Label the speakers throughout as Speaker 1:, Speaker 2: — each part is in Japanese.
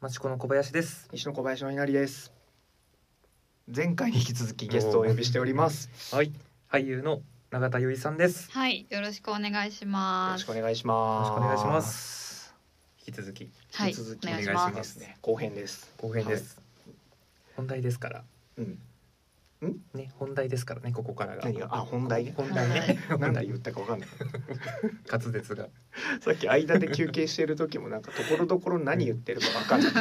Speaker 1: 町子の小林です。
Speaker 2: 西野小林の稲荷です前回に引き続きゲストをお呼びしております
Speaker 1: はい、俳優の永田由衣さんです。よ
Speaker 3: はい、よろしくお願いし
Speaker 2: よ
Speaker 3: ま
Speaker 2: ろし
Speaker 3: す。
Speaker 2: くお願いしま
Speaker 1: ろ
Speaker 2: す
Speaker 1: しくお願いします。引き続き
Speaker 3: はい、
Speaker 2: 引き続き
Speaker 3: お願いし
Speaker 1: お願
Speaker 3: ま。
Speaker 1: いします
Speaker 2: ですね後編です
Speaker 1: 後編です。本題ですから
Speaker 2: うん
Speaker 1: ね、本題ですからね、ここからが。
Speaker 2: 何があ本題ね
Speaker 1: 本題ね。
Speaker 2: なん
Speaker 1: 本
Speaker 2: で
Speaker 1: 題
Speaker 2: 言ったかわかんない
Speaker 1: 滑舌が。
Speaker 2: さっき間で休憩してる時もなんかところどころ何言ってるかわかんない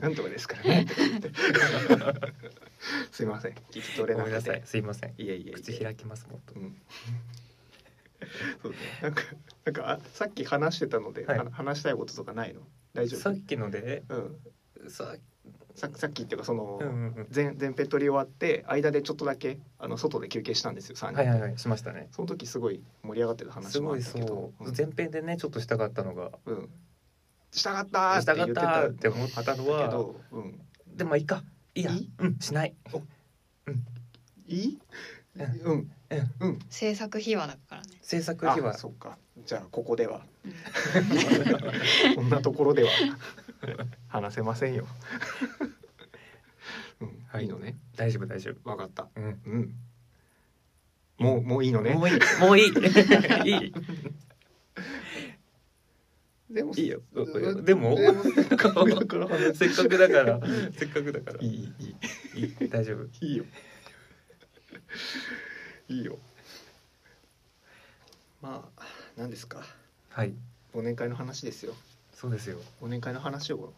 Speaker 2: なんとかですから ねとか言ってすいません聞き取れ
Speaker 1: ご
Speaker 2: な
Speaker 1: めんな
Speaker 2: く
Speaker 1: さい
Speaker 2: て。
Speaker 1: すいません。
Speaker 2: いやいやいや
Speaker 1: 口開きますもっと
Speaker 2: う。 んそうねなんかなんかあさっき話してたので、
Speaker 1: はい
Speaker 2: は話したいこととかないの大丈
Speaker 1: さ
Speaker 2: 夫
Speaker 1: っきので、
Speaker 2: うん、
Speaker 1: さ、
Speaker 2: ささっきっていうかその、
Speaker 1: うんうんうん。
Speaker 2: 前前編取り終わって間でちょっとだけあの外で休憩したんですよ3人、
Speaker 1: はいはいはい、しましたね。
Speaker 2: その時すごい盛り上がってた
Speaker 1: す
Speaker 2: 話も
Speaker 1: ご
Speaker 2: あっ
Speaker 1: い
Speaker 2: た
Speaker 1: そ
Speaker 2: けど
Speaker 1: う
Speaker 2: う、ん
Speaker 1: 前編でね、ちょっとしたかったのが。
Speaker 2: うんしたかったーっ
Speaker 1: してた
Speaker 2: 言
Speaker 1: かってたー
Speaker 2: った
Speaker 1: って思ったの
Speaker 2: け
Speaker 1: は、
Speaker 2: ど、うん、
Speaker 1: でもいいか、いいや
Speaker 2: いい、
Speaker 1: うん、しない。
Speaker 2: いいうん
Speaker 1: うん
Speaker 2: うん
Speaker 3: 制作秘話だからね。
Speaker 1: 制作
Speaker 2: あ
Speaker 1: 費は
Speaker 2: そっかじゃあここでは
Speaker 3: うん
Speaker 2: こんなところでは話せませんよ、うん
Speaker 1: はい
Speaker 2: い、いのね
Speaker 1: 大丈夫大丈夫。
Speaker 2: わかった
Speaker 1: うん。
Speaker 2: うんもうもういいのね
Speaker 1: もういい、も ういい。いい。
Speaker 2: でも
Speaker 1: いいよ。
Speaker 2: うん
Speaker 1: でも、
Speaker 2: でもせっかくだから
Speaker 1: せっかくだから、せっかくだから。
Speaker 2: い
Speaker 1: い
Speaker 2: いいい
Speaker 1: い、大丈夫。
Speaker 2: いいいいよいいよまあ何ですか
Speaker 1: はい、
Speaker 2: 忘年会の話ですよ
Speaker 1: そうですよ。
Speaker 2: 忘年会の話を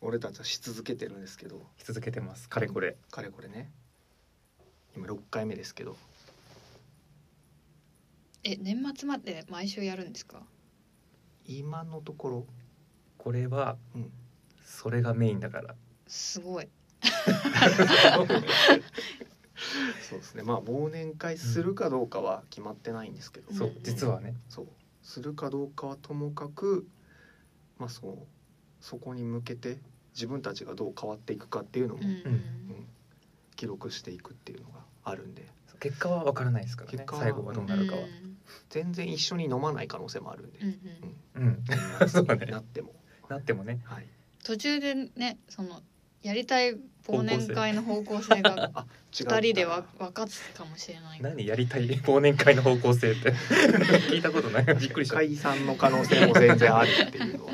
Speaker 2: 俺たちはし続けてるんですけど
Speaker 1: し続けてます。かれこれ。
Speaker 2: かれこれね今6回目ですけど
Speaker 3: え、年末まで毎週やるんですか。
Speaker 2: 今のところ、
Speaker 1: これは、
Speaker 2: うん、
Speaker 1: それがメインだから。
Speaker 3: すごい。
Speaker 2: そうですねまあ忘年会するかどうかは決まってないんですけど、
Speaker 1: そう、実はね。
Speaker 2: そうするかどうかはともかくまあそうそこに向けて自分たちがどう変わっていくかっていうのも
Speaker 3: うん
Speaker 2: うん記録していくっていうのがあるんで
Speaker 1: 結果はわからないですからね
Speaker 2: 結。果は
Speaker 1: 最後はどうなるかは。
Speaker 2: 全然一緒に飲まない可能性もあるんで
Speaker 3: うんう、ん
Speaker 1: うん。 そうね
Speaker 2: なっても、
Speaker 1: なってもね。
Speaker 2: はい、
Speaker 3: 途中でね、そのやりたい忘年会の方向性が
Speaker 2: 違
Speaker 3: 二人で
Speaker 2: は
Speaker 3: わ分かつかもしれない。
Speaker 1: 何やりたい 忘年会の方向性って。 聞いたことない。びっくりした。
Speaker 2: 解散の可能性も全然あるっていうのは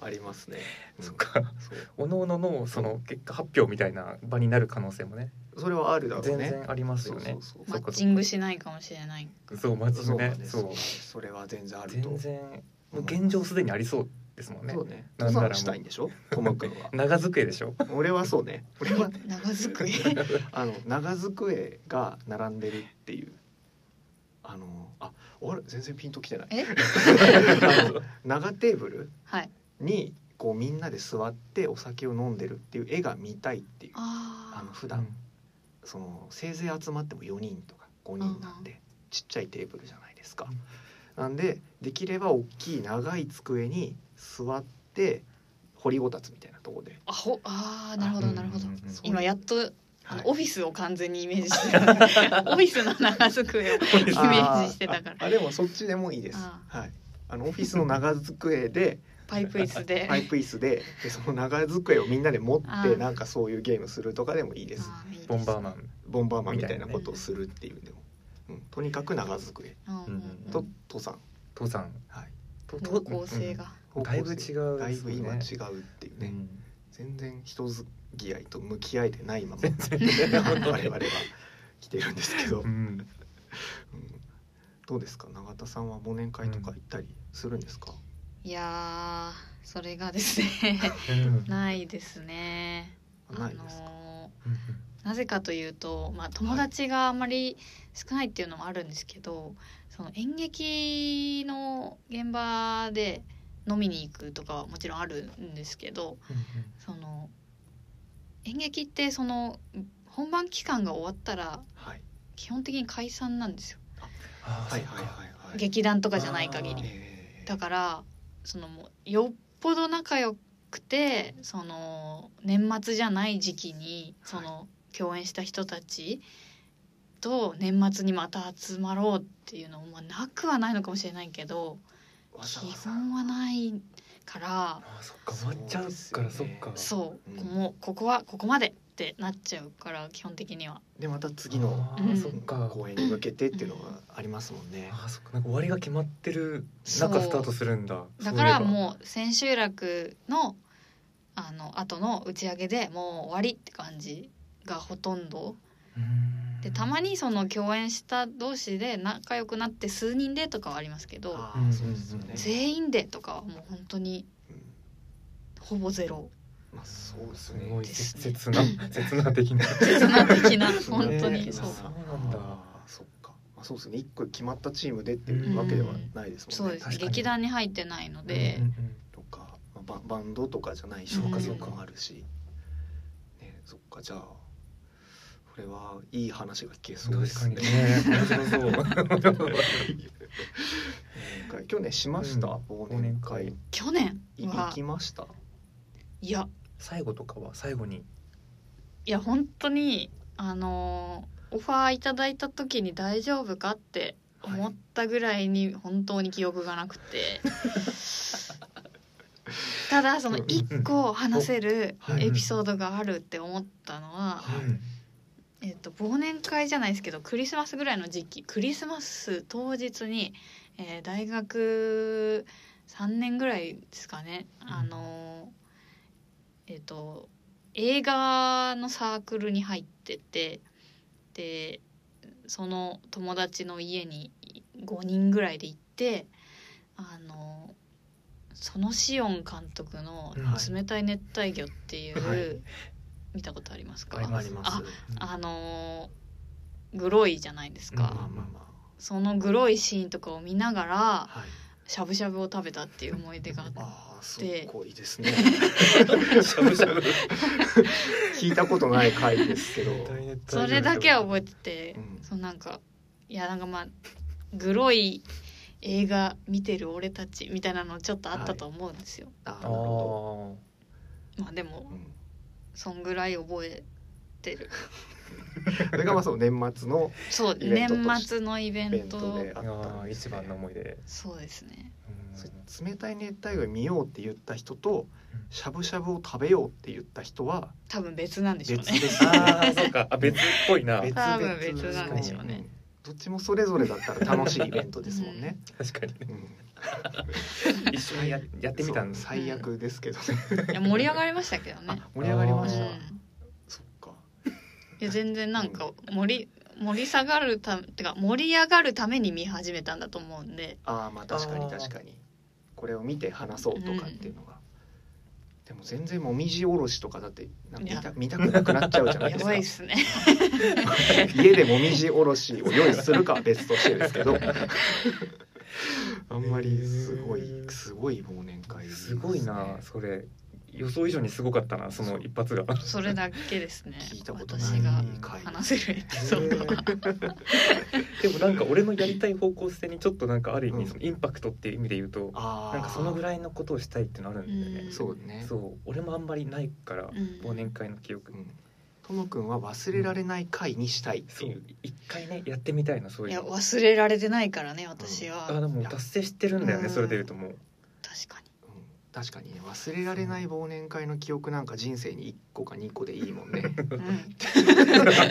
Speaker 2: ありますね、うん
Speaker 1: そっか。
Speaker 2: そう
Speaker 1: おのおのの、その結果発表みたいな場になる可能性もね。
Speaker 2: それはあるだろうね
Speaker 1: 全然ありますよね。
Speaker 2: そうそうそ
Speaker 3: マ
Speaker 2: う
Speaker 3: ッチングしないかもしれない。
Speaker 1: そう、マジ
Speaker 2: そうなん
Speaker 1: ね。
Speaker 2: です
Speaker 1: そう。
Speaker 2: それは全然あると
Speaker 1: 全然もう現状すでにありそうですもんね
Speaker 2: そ。うね
Speaker 1: なんなら
Speaker 2: 登
Speaker 1: もう
Speaker 2: 山したいんでしょトモ君は
Speaker 1: 長机でしょ。
Speaker 2: 俺はそう ね俺は
Speaker 3: 長机。
Speaker 2: あの長机が並んでるっていうあのあ俺全然ピンときて ない
Speaker 3: え、
Speaker 2: あの長テーブル
Speaker 3: はい。
Speaker 2: にこうみんなで座ってお酒を飲んでるっていう絵が見たいっていうあ
Speaker 3: あ
Speaker 2: の普段そのせいぜい集まっても4人とか5人なんでちっちゃいテーブルじゃないですか
Speaker 1: うん。
Speaker 2: なんでできれば大きい長い机に座って掘りごたつみたいなとこで、
Speaker 3: あ。あほ、ああ、なるほど、なるほど
Speaker 1: うんうんうん。
Speaker 3: 今やっとあ
Speaker 2: はい
Speaker 3: のオフィスを完全にイメージしてたオフィスの長机をイメージしてたから
Speaker 2: あーあでもそっちでもいいです。
Speaker 3: あ
Speaker 2: はい。あのオフィスの長机で
Speaker 3: パイプ椅子で
Speaker 2: パイプ椅子ででその長机をみんなで持っ
Speaker 3: あ
Speaker 2: て
Speaker 3: ー
Speaker 2: なんかそういうゲームするとかでもいいです。
Speaker 3: あーいいです
Speaker 1: ボンバーマン。
Speaker 2: ボンバーマンみたいなことをするっていうでも、うん、とにかく長机
Speaker 3: うんうん
Speaker 2: と登山
Speaker 1: 父さん。
Speaker 2: はい。
Speaker 1: と
Speaker 3: 方向性。
Speaker 1: う
Speaker 3: が
Speaker 1: んだいぶ違うですよね
Speaker 2: だいぶ今違うっていう
Speaker 1: う
Speaker 2: ね、
Speaker 1: ん
Speaker 2: 全然人付き合いと向き合えてないまま 我々
Speaker 1: 然
Speaker 2: は来てるんですけ
Speaker 1: う
Speaker 2: ど、うん
Speaker 1: ん。
Speaker 2: どうですか永田さんは忘年会とか行ったりするんですか、
Speaker 3: いやーそれがですね
Speaker 1: うん
Speaker 3: ないですね
Speaker 2: な
Speaker 3: あ
Speaker 2: いですか、
Speaker 3: のーなぜかというと、まあ、友達があまり少ないっていうのもあるんですけどその演劇の現場で飲みに行くとかはもちろんあるんですけどその演劇ってその本番期間が終わったら
Speaker 2: はい
Speaker 3: 基本的に解散なんですよ、
Speaker 1: あー
Speaker 2: はいはい
Speaker 1: そっか
Speaker 2: はいはい
Speaker 3: 劇団とかじゃない限り
Speaker 2: えー
Speaker 3: だからそのもうよっぽど仲良くてその年末じゃない時期にその、共演した人たちと年末にまた集まろうっていうのも、まあ、なくはないのかもしれないけど
Speaker 2: わざ
Speaker 3: 基
Speaker 2: わざ
Speaker 3: 本はないから
Speaker 1: あそっか終わっちゃうから
Speaker 2: そ
Speaker 1: そうっ
Speaker 2: ですよね
Speaker 1: か
Speaker 3: そう、
Speaker 2: うん
Speaker 3: もうここはここまでってなっちゃうから基本的には
Speaker 2: でまた次の
Speaker 1: あー
Speaker 3: うん
Speaker 1: そっか
Speaker 2: 公演に向けてっていうのがありますもんね
Speaker 1: あ。ーそっかなんか終わりが決まってる
Speaker 3: そう
Speaker 1: 中スタートするんだ
Speaker 3: だから
Speaker 1: そういえば
Speaker 3: もう千秋楽のあの後の打ち上げでもう終わりって感じがほとんど
Speaker 1: うーん
Speaker 3: でたまにその共演した同士で仲良くなって数人でとかはありますけど
Speaker 2: あーそうですよね
Speaker 1: うん
Speaker 3: 全員でとかはもう本当に
Speaker 2: うん
Speaker 3: ほぼ ゼロ
Speaker 2: まあそうです
Speaker 1: す
Speaker 2: ね。
Speaker 1: ごい
Speaker 3: ですね
Speaker 1: 切な切な的な
Speaker 3: 切な的な
Speaker 2: そう
Speaker 3: 本当
Speaker 1: ね
Speaker 3: に
Speaker 1: そ
Speaker 3: そうう
Speaker 1: なんだ
Speaker 2: あーそっか。まあそうですね。一個決まったチームでっていうわけではないですも
Speaker 3: そ
Speaker 2: ん
Speaker 3: う
Speaker 2: ね。
Speaker 3: で
Speaker 1: 確
Speaker 3: す
Speaker 1: かに
Speaker 3: 劇団に入ってないので
Speaker 1: うんうんうん
Speaker 2: とか、まあババンドとかじゃないし、
Speaker 3: そうか
Speaker 2: そう
Speaker 1: そう
Speaker 2: か
Speaker 1: か
Speaker 2: あるし。ね、そっかじゃあこれはいい話が聞けそうですね。
Speaker 1: 確 かにね面白そう
Speaker 2: なんか去年しました、
Speaker 1: うん
Speaker 2: 忘年会
Speaker 1: 忘
Speaker 3: 去年
Speaker 2: い行
Speaker 3: は
Speaker 2: きました。
Speaker 3: いや
Speaker 1: 最後とかは最後に
Speaker 3: いや本当にあのーオファーいただいた時に大丈夫かって思ったぐらいに本当に記憶がなくて、ただその1個話せる
Speaker 2: うんうん
Speaker 3: エピソードがあるって思ったのは、えっと忘年会じゃないですけどクリスマスぐらいの時期クリスマス当日に、えー大学3年ぐらいですかね、
Speaker 1: ん
Speaker 3: あのえっ、と映画のサークルに入っててでその友達の家に5人ぐらいで行ってあのそのシオン監督の
Speaker 1: は
Speaker 3: 「
Speaker 1: い
Speaker 3: 冷たい熱帯魚」っていう、
Speaker 2: はい
Speaker 3: 見たことありますか
Speaker 1: あります
Speaker 3: ああのーグロいじゃないですか、
Speaker 2: まあまあま
Speaker 3: そのグロいシーンとかを見なが
Speaker 2: あ。
Speaker 3: ら
Speaker 2: はい。
Speaker 3: しゃぶしゃぶを食べたっていう思い出があって
Speaker 2: ああ、す
Speaker 3: で
Speaker 2: ごいですね。
Speaker 1: しゃぶしゃぶ
Speaker 2: 聞いたことない回ですけど。
Speaker 3: それだけは覚え
Speaker 1: て
Speaker 3: てて、
Speaker 2: うん
Speaker 3: そうなんかいやなんかまあグロい映画見てる俺たちみたいなのちょっとあったと思うんですよ、
Speaker 2: ああ、な
Speaker 1: あ
Speaker 2: るほ
Speaker 1: ー
Speaker 3: まあでも
Speaker 2: ど。うん
Speaker 3: そんぐらい覚え てる
Speaker 2: それがまあそう年末の
Speaker 3: そう
Speaker 2: イベント
Speaker 3: 年
Speaker 2: とし
Speaker 3: 末のイベ
Speaker 2: イベ
Speaker 3: ン
Speaker 2: ン
Speaker 3: ト
Speaker 2: トであ
Speaker 1: あ
Speaker 2: ったん
Speaker 1: ー
Speaker 2: です
Speaker 1: 一
Speaker 2: ね
Speaker 1: 番の思い出
Speaker 3: そうですね
Speaker 1: うん
Speaker 2: それ冷たい熱帯魚見ようって言った人としゃぶしゃぶを食べようって言った人は
Speaker 3: 多分別なんでしょう
Speaker 2: 別
Speaker 3: ね
Speaker 2: ですよね
Speaker 1: あ ーそうかあ別っぽいな
Speaker 2: 別々
Speaker 3: 多分別なんでしょうね
Speaker 2: どっちもそれぞれだったら楽しいイベントですもんね、
Speaker 1: 確かに
Speaker 2: うん
Speaker 1: 一緒にややってみたんです
Speaker 2: そう最悪ですけどね、
Speaker 3: いや盛り上がりましたけどね
Speaker 2: あ盛り上がりました、
Speaker 3: うん
Speaker 2: そっか
Speaker 3: いや全然なんか盛り盛り下がるたてか盛り上がるために見始めたんだと思うんで
Speaker 2: ああまあ確か
Speaker 1: あ
Speaker 2: に
Speaker 1: ー
Speaker 2: 確かにこれを見て話そうとかっていうのが、でも全然もみじおろしとかだってなんか見た見たくなくなっちゃうじゃない
Speaker 3: や
Speaker 2: です
Speaker 3: ば
Speaker 2: か
Speaker 3: いっす ね
Speaker 2: 家でもみじおろしを用意するかは別としてですけどあんまりすごいすごい忘年会ですね
Speaker 1: ごいなそれ予想以上にすごかったなその一発が
Speaker 3: それだけですね
Speaker 2: 聞いたことない
Speaker 3: 私が
Speaker 2: 回
Speaker 3: 話せるエピソードは
Speaker 1: でもなんか俺のやりたい方向性にちょっとなんかある意
Speaker 2: うん
Speaker 1: 味そのインパクトっていう意味で言うと
Speaker 2: あー
Speaker 1: なんかそのぐらいのことをしたいってのあるんだよ
Speaker 3: う
Speaker 1: ね
Speaker 3: ん
Speaker 2: そうね
Speaker 1: そう俺もあんまりないから
Speaker 3: うん
Speaker 1: 忘年会の記憶
Speaker 2: うんともくんは忘れられない会にしたいって
Speaker 1: そ
Speaker 2: いう
Speaker 1: う一回ねやってみたいなそうい
Speaker 3: い
Speaker 1: う
Speaker 3: や
Speaker 1: の
Speaker 3: 忘れられてないからね私は、
Speaker 1: あでも達成してるんだよ
Speaker 3: う
Speaker 1: ね
Speaker 3: ん
Speaker 1: それで言うともう
Speaker 3: 確かに
Speaker 2: うん確かにね忘れられない忘年会の記憶なんか人生に1個か2個でいいもんね
Speaker 3: うん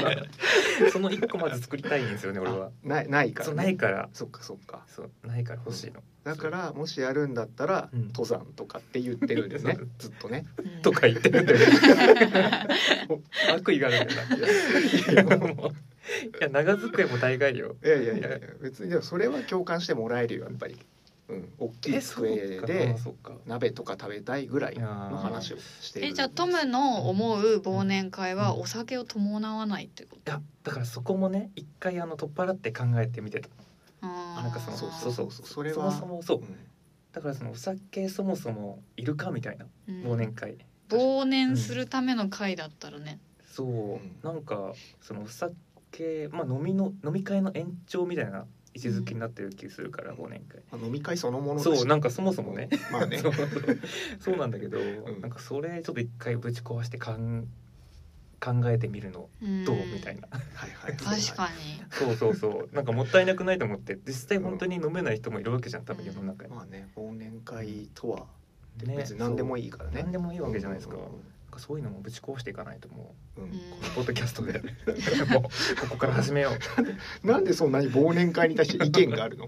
Speaker 1: その一個まず作りたいんですよね 俺は
Speaker 2: あないないから、
Speaker 1: そう
Speaker 2: ね、
Speaker 1: ないから
Speaker 2: そっかそっか
Speaker 1: そうないから欲しいの
Speaker 2: だからもしやるんだったら、
Speaker 1: うん
Speaker 2: 登山とかって言ってるんです ねずっとね
Speaker 3: うん
Speaker 1: とか言ってるんだよね悪意があるんだよない
Speaker 2: いや
Speaker 1: やもういや長机も大概よ
Speaker 2: いやいやいやいや別にでもそれは共感してもらえるよやっぱり、うん、大きい机で
Speaker 1: そうか
Speaker 2: 鍋とか食べたいぐらい
Speaker 1: いや
Speaker 2: の
Speaker 1: ー
Speaker 2: 話をしている
Speaker 3: えじゃあトムの思う忘年会はお酒を伴わないってこ
Speaker 1: いやだからそこもね一回あの取っ払って考えてみてた
Speaker 3: とあー
Speaker 1: なんかその
Speaker 2: そう
Speaker 1: そ
Speaker 2: そうう
Speaker 1: そ
Speaker 2: そ
Speaker 1: そ
Speaker 2: ううそうそれ
Speaker 1: も
Speaker 2: は
Speaker 1: そもそう
Speaker 2: うん
Speaker 1: だからそのお酒そもそもいるかみたいな
Speaker 3: うん
Speaker 1: 忘年会
Speaker 3: 忘年するための会だったらね、
Speaker 1: そう、
Speaker 2: ん
Speaker 1: なんかそのお酒まあ飲みの飲み会の延長みたいな位置づけになってる気するから忘年会
Speaker 2: まあ飲み会そのものだし
Speaker 1: そうなんかそもそもね
Speaker 2: まあね
Speaker 1: そうそうそうなんだけど、
Speaker 2: ん
Speaker 1: なんかそれちょっと一回ぶち壊してかん考えてみるの
Speaker 3: うん
Speaker 1: どうみたいな
Speaker 2: はいはい
Speaker 3: 確か
Speaker 1: そうそうそうなんかもったいなくないと思って実際本当に飲めない人もいるわけじゃん多分世の中に、
Speaker 2: まあね忘年会とはで別に何でもいいからね
Speaker 1: 何でもいいわけじゃないですか,、
Speaker 2: うん
Speaker 1: なんかそういうのもぶち壊していかないとも
Speaker 2: うん
Speaker 3: うん
Speaker 1: うポッドキャスト でもうここから始めよう
Speaker 2: なんでそんなに忘年会に対して意見があるの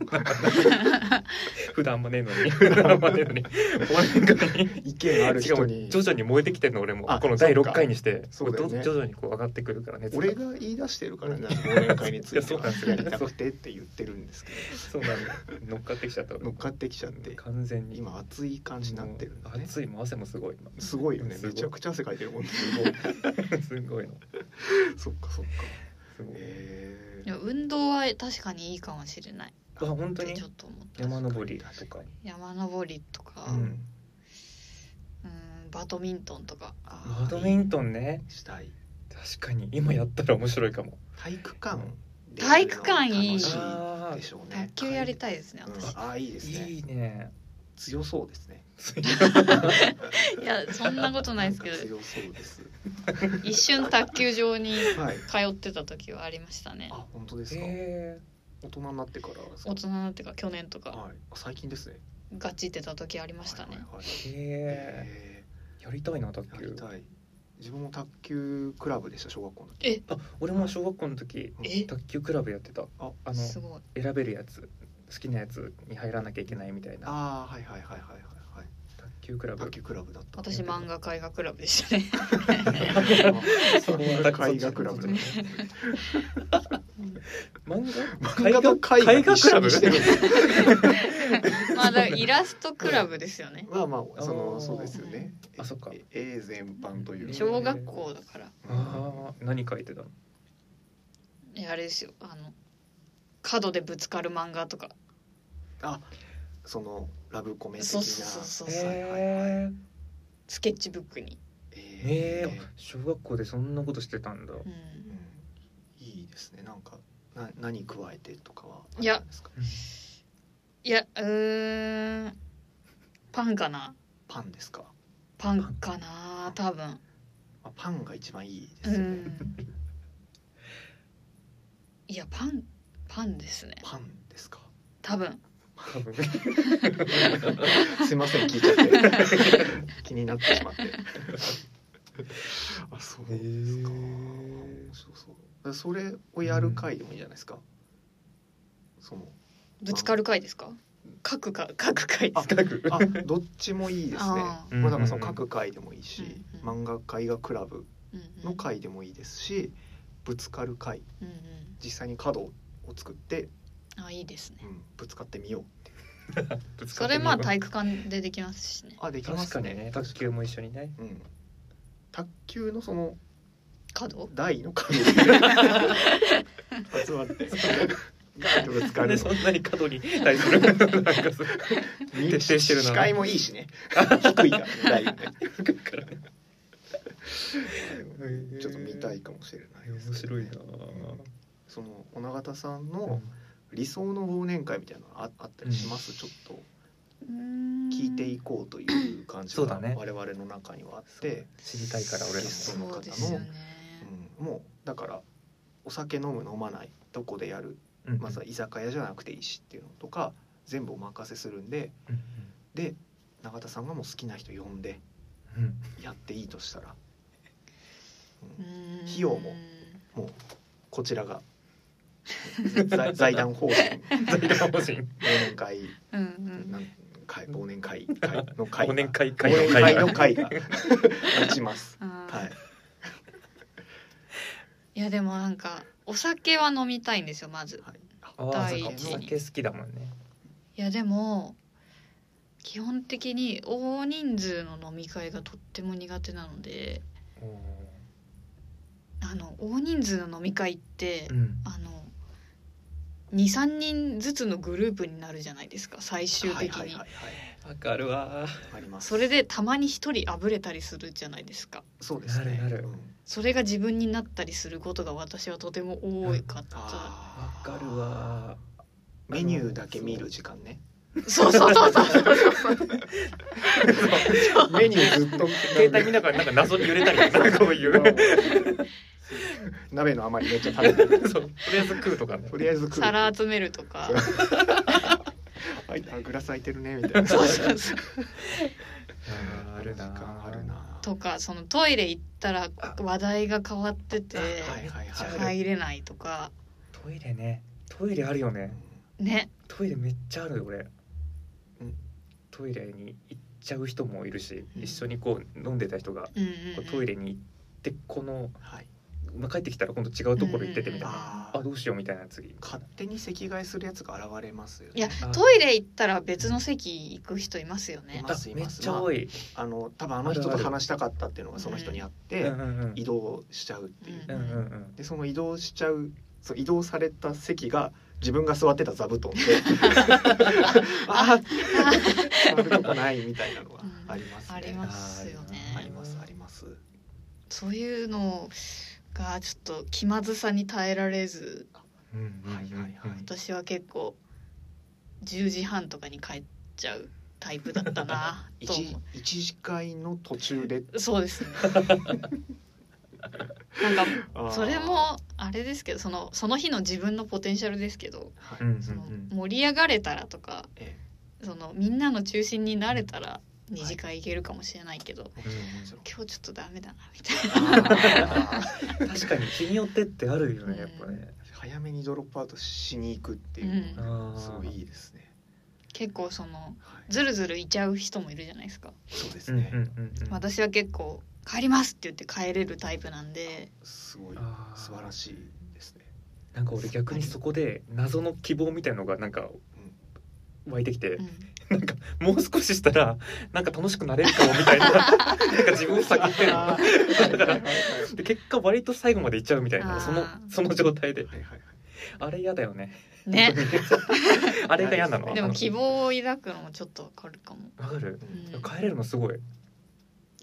Speaker 1: 普段もねえのに 普段もねえのに忘年会に
Speaker 2: 意見ある
Speaker 1: しか
Speaker 2: 人
Speaker 1: も
Speaker 2: に
Speaker 1: 徐々に燃えてきてるの俺も
Speaker 2: あ
Speaker 1: この第6回にして
Speaker 2: そうかそうだよね
Speaker 1: 徐々にこう上がってくるからね
Speaker 2: 俺が言い出してるからね忘年会について
Speaker 1: いやそうなん
Speaker 2: は
Speaker 1: ですよ
Speaker 2: やりたくてって言ってるんですけ
Speaker 1: そうなんだ乗っかってきちゃった
Speaker 2: ど乗っかってきちゃって
Speaker 1: 完全に
Speaker 2: 今熱い感じになってるんだね
Speaker 1: 熱いもう汗もすご い今
Speaker 2: すごいよね
Speaker 1: すご
Speaker 2: め
Speaker 1: い
Speaker 2: ちゃくちゃ汗かいてるもんね
Speaker 1: すごいの
Speaker 2: そっかそっか
Speaker 1: すごい
Speaker 2: え
Speaker 3: でも運動は確かにいいかもしれない
Speaker 1: あ本当
Speaker 3: って
Speaker 1: に
Speaker 3: ちょっと思った
Speaker 1: 山登りとか
Speaker 3: 山登りとか、
Speaker 1: う
Speaker 3: うんん、バドミントンとか
Speaker 1: バドミントンね
Speaker 2: したい
Speaker 1: 確かに今やったら面白いかも
Speaker 2: 体育館で
Speaker 3: 体育館いい
Speaker 2: 楽し
Speaker 1: あ
Speaker 2: い
Speaker 1: ー
Speaker 2: でしょうね
Speaker 3: 卓球やり
Speaker 2: い
Speaker 3: たいですね私、
Speaker 2: ああいいですね
Speaker 1: いい ね
Speaker 2: 強そうですね
Speaker 3: いやそんなことないです けど
Speaker 2: んか強そうです
Speaker 3: 一瞬卓球場に
Speaker 2: はい
Speaker 3: 通ってた時はありましたね
Speaker 2: あ本当ですか
Speaker 1: え
Speaker 2: 大人になってからですか
Speaker 3: 大人になってか去年とか
Speaker 2: はいあ最近ですね
Speaker 3: ガチってた時ありました
Speaker 2: は
Speaker 3: ね
Speaker 2: いはいはい
Speaker 1: ーえ
Speaker 2: え
Speaker 1: ーやりたいな卓
Speaker 2: ーやり
Speaker 1: 球
Speaker 2: たい自分も卓球クラブでした小学校の時
Speaker 3: え
Speaker 1: あ俺も小学校の時
Speaker 3: え
Speaker 1: 卓球クラブやってた
Speaker 2: あ
Speaker 1: あの
Speaker 3: すごい
Speaker 1: 選べるやつ好きなやつに入らなきゃいけないみたいな
Speaker 2: ああはいはいはいはいはいはい
Speaker 1: 卓球クラブ
Speaker 2: 卓球クラブだ った
Speaker 3: 私漫画絵画クラブでしたね
Speaker 2: 絵画クラ
Speaker 1: 漫
Speaker 2: ブだった
Speaker 1: 画
Speaker 2: 漫画と絵画
Speaker 1: 絵画クラブ
Speaker 2: 一緒にしてる
Speaker 3: まあだからイラストクラブですよね
Speaker 2: まあまあ
Speaker 1: あー
Speaker 2: そのそうですよね
Speaker 1: あそっか
Speaker 2: え A 全般という
Speaker 3: 小学校だから
Speaker 1: ああ何書いてたの
Speaker 3: えあれですよあの角でぶつかる漫画とか
Speaker 2: あそのラブコメ的
Speaker 3: そ
Speaker 2: な
Speaker 3: うそうそうそう
Speaker 2: はいはいはい
Speaker 1: え
Speaker 3: スケッチブックに、
Speaker 1: ーえ
Speaker 2: え
Speaker 1: ー小学校でそんなことしてたんだ
Speaker 3: う、
Speaker 2: ーうんんいいですねなんかな何加えてとかはい
Speaker 3: や
Speaker 2: あるんですか
Speaker 3: いやうーんパンかな
Speaker 2: パンですか
Speaker 3: パンかな多分
Speaker 2: あパンが一番いいです
Speaker 3: う
Speaker 2: よね
Speaker 3: んいやパンパンですね
Speaker 2: パンですか
Speaker 3: 多分
Speaker 1: 多分
Speaker 2: すいません聞いちゃって 気になってしまってあそうですか、
Speaker 1: へー
Speaker 2: 面白そうだそれをやる回でもいいじゃないですか、その
Speaker 3: ぶつかる回ですか書くか書く回ですか
Speaker 1: 書く
Speaker 2: あどっちもいいですね
Speaker 3: あ
Speaker 1: ー
Speaker 2: まあ、だからその各回でもいいし、
Speaker 3: うんうん
Speaker 2: 漫画絵画クラブ
Speaker 3: うんう
Speaker 2: の
Speaker 3: ん
Speaker 2: 回でもいいですしぶつかる回
Speaker 3: うんうん
Speaker 2: 実際に角を作って、
Speaker 3: あいいですね
Speaker 2: うん、ぶつかってみようって
Speaker 1: ぶつか
Speaker 3: そ
Speaker 1: ってみよう
Speaker 3: れまあ体育館でできますしね
Speaker 2: あできま
Speaker 1: 確
Speaker 2: す
Speaker 1: か
Speaker 2: ね
Speaker 1: にね卓球も一緒にね
Speaker 2: うん、卓球のその
Speaker 3: 角
Speaker 2: 台の角に集まってガーッとぶつか
Speaker 1: なん
Speaker 2: る
Speaker 1: で
Speaker 2: の
Speaker 1: そんなに過度に対するなんか すごい徹底してるな
Speaker 2: 視界もいいしね低いからね台がね
Speaker 1: 書くからねー
Speaker 2: ちょっと見たいかもしれないです
Speaker 1: 面白い
Speaker 2: ね
Speaker 1: な
Speaker 2: その尾長さんの理想の忘年会みたいなのああったりします、ちょっと聞
Speaker 3: 聞
Speaker 2: いていこうという感じ
Speaker 1: そうだ
Speaker 2: が
Speaker 1: ね
Speaker 2: 我々の中にはあっ
Speaker 1: そう
Speaker 2: て、
Speaker 1: 知りたいから俺ら
Speaker 2: ゲ
Speaker 1: も
Speaker 2: ストの方の
Speaker 3: そうですよね
Speaker 2: うんもうだからお酒飲む飲まないどこでやる
Speaker 1: うん
Speaker 2: まずは居酒屋じゃなくていいしっていうのとか全部お任せするんで
Speaker 1: うん
Speaker 2: で永田さんがもう好きな人呼んで
Speaker 1: うん
Speaker 2: やっていいとしたら、う
Speaker 3: うんん
Speaker 2: 費用ももうこちらが 財財団法人
Speaker 1: 財団法人
Speaker 2: 忘年会
Speaker 3: うんう
Speaker 2: なんん会忘年会会の会
Speaker 1: 忘
Speaker 2: が
Speaker 1: 年会
Speaker 2: 忘
Speaker 1: 会の
Speaker 2: 年会
Speaker 1: 会
Speaker 2: の
Speaker 1: が
Speaker 2: 会 が立ちます。
Speaker 3: あー
Speaker 2: はい、
Speaker 3: いやでもなんかお酒は飲みたいんですよまず
Speaker 2: はい、あ
Speaker 1: ああそ
Speaker 3: 第
Speaker 1: っ
Speaker 3: 一
Speaker 1: か
Speaker 3: に
Speaker 1: お酒好きだもんね
Speaker 3: いやでも基本的に大人数の飲み会がとっても苦手なのであの大人数の飲み会って、
Speaker 1: うん
Speaker 3: あの23人ずつのグループになるじゃないですか最終
Speaker 2: はい
Speaker 3: 的
Speaker 2: はいはい
Speaker 3: に
Speaker 2: はい
Speaker 1: わかるわ
Speaker 2: あります
Speaker 3: それでたまに一人あぶれたりするじゃないですか
Speaker 2: そうですね
Speaker 1: なるなる
Speaker 2: うん
Speaker 3: それが自分になったりすることが私はとても多かった
Speaker 1: わ
Speaker 2: あー
Speaker 1: かるわ
Speaker 2: メニューだけ見る時間ね
Speaker 3: そうそうそ うそう
Speaker 2: メニューずっと
Speaker 1: 携帯見ながらなんか謎に揺れたりとかこういう
Speaker 2: 鍋の余りめっちゃ食べてる
Speaker 1: そうとりあえず食うとかね
Speaker 2: とりあえず来る
Speaker 3: 皿集めるとか
Speaker 2: あいあグラス空いてるねみたいな
Speaker 3: そうそうそう
Speaker 2: る時間あるな。
Speaker 3: とかそのトイレ行ったら話題が変わってて
Speaker 2: はいはいはい。
Speaker 3: 入れないとか
Speaker 1: トイレねトイレあるよね
Speaker 3: ね
Speaker 1: トイレめっちゃあるよ俺、
Speaker 2: うん
Speaker 1: トイレに行っちゃう人もいるし、
Speaker 2: うん
Speaker 1: 一緒にこう飲んでた人が
Speaker 3: うんうん
Speaker 1: こ
Speaker 3: う
Speaker 1: うんトイレに行ってこの、
Speaker 2: はい。
Speaker 1: まあ、帰ってきたら今度違うところ行っててみたいな、
Speaker 2: あ
Speaker 1: あ
Speaker 2: あ
Speaker 1: どうしようみたいな次
Speaker 2: 勝手に席替えするやつが現れますよね。
Speaker 3: いや
Speaker 1: あ
Speaker 3: トイレ行ったら別の席行く人いますよね
Speaker 2: いま
Speaker 1: あ
Speaker 2: す
Speaker 1: めっ
Speaker 2: ます
Speaker 1: ちゃ多い、
Speaker 2: あの多分あの人と話したかったっていうのがその人にあ
Speaker 1: う
Speaker 2: っ
Speaker 1: ん
Speaker 2: て
Speaker 1: うんうん
Speaker 2: 移動しちゃうっていう
Speaker 1: う。んうんうん
Speaker 2: でその移動しちゃうそう移動された席が自分が座ってた座布団で あー座るとこないみたいなのがありますね。
Speaker 3: ありますよね
Speaker 2: ありますあります。
Speaker 3: そういうのがちょっと気まずさに耐えられず
Speaker 1: うんうんうんうん
Speaker 2: はいはいはい
Speaker 3: 私は結構10時半とかに帰っちゃうタイプだったなと思
Speaker 2: 一一次会の途中で
Speaker 3: うそう ですねなんかそれ
Speaker 2: あ
Speaker 3: もあれですけどそのその日の自分のポテンシャルですけど
Speaker 2: ーはい
Speaker 1: うんうん
Speaker 3: その
Speaker 1: うん
Speaker 3: 盛り上がれたらとか
Speaker 2: え
Speaker 3: そのみんなの中心になれたら二次会行けるかもしれないけど、
Speaker 2: えもちろんもちろん
Speaker 3: 今日ちょっとダメだなみたいな
Speaker 2: あー
Speaker 1: 確かに日によってってあるよねやっぱね、
Speaker 2: 早めにドロップアウトしに行くっていうのがすごいいいですね。
Speaker 3: 結構その
Speaker 2: はい
Speaker 3: ずるずるいちゃう人もいるじゃないですか、
Speaker 2: そうです
Speaker 1: うんうん
Speaker 2: ね。
Speaker 1: うんうん
Speaker 3: 私は結構「帰ります」って言って帰れるタイプなんです
Speaker 2: ごい
Speaker 1: あー
Speaker 2: 素晴らしいですね。
Speaker 1: なんか俺逆にそこで謎の希望みたいのがなんか湧いてきて、
Speaker 3: うん
Speaker 1: なんかもう少ししたらなんか楽しくなれるかもみたいななんか自分を先行ってるの
Speaker 2: あー
Speaker 1: だからで結果割と最後までいっちゃうみたい
Speaker 3: あ
Speaker 1: な
Speaker 3: ー
Speaker 1: そのその状態で
Speaker 2: はいはいはい
Speaker 1: あれ嫌だよね
Speaker 3: ね
Speaker 1: あれが嫌なの
Speaker 3: でも希望を抱くのもちょっとわかるかも、
Speaker 1: わかる
Speaker 2: う
Speaker 3: うんん、
Speaker 1: 帰れるのすごい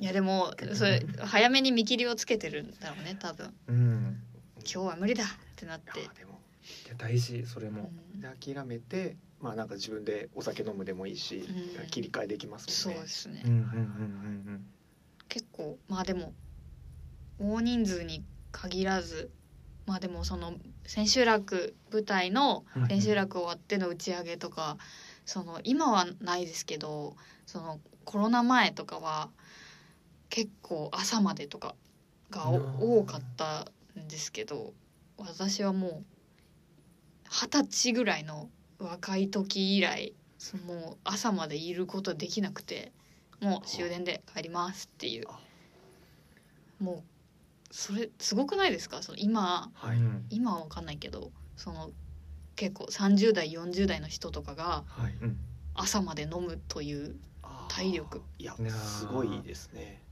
Speaker 3: いやでもそれ早めに見切りをつけてるんだろうね多分
Speaker 1: うん
Speaker 3: 今日は無理だってなっ
Speaker 2: い
Speaker 3: て
Speaker 2: や、でも
Speaker 1: いや大事それ
Speaker 3: う
Speaker 1: も
Speaker 3: ん、
Speaker 2: で諦めてまあなんか自分でお酒飲むでもいいし、
Speaker 3: うん
Speaker 2: 切り替えできます
Speaker 3: そ
Speaker 2: も
Speaker 3: うん
Speaker 2: ね
Speaker 3: で。すね、
Speaker 1: うんうんうん
Speaker 3: 結構まあでも大人数に限らずまあでもその千秋楽舞台の
Speaker 1: うんうん
Speaker 3: 千秋楽終わっての打ち上げとか、その今はないですけどそのコロナ前とかは結構朝までとかがお
Speaker 1: うん
Speaker 3: 多かったんですけど私はもう二十歳ぐらいの若い時以来そのもう朝までいることできなくてもう終電で帰りますっていう
Speaker 2: あ
Speaker 3: もうそれすごくないですかその今
Speaker 2: はい、
Speaker 1: うん
Speaker 3: 今は分かんないけどその結構30代40代の人とかが
Speaker 2: はい
Speaker 1: うん
Speaker 3: 朝まで飲むという
Speaker 2: あー
Speaker 3: 体力
Speaker 2: いや
Speaker 1: いやー
Speaker 2: すごいですね。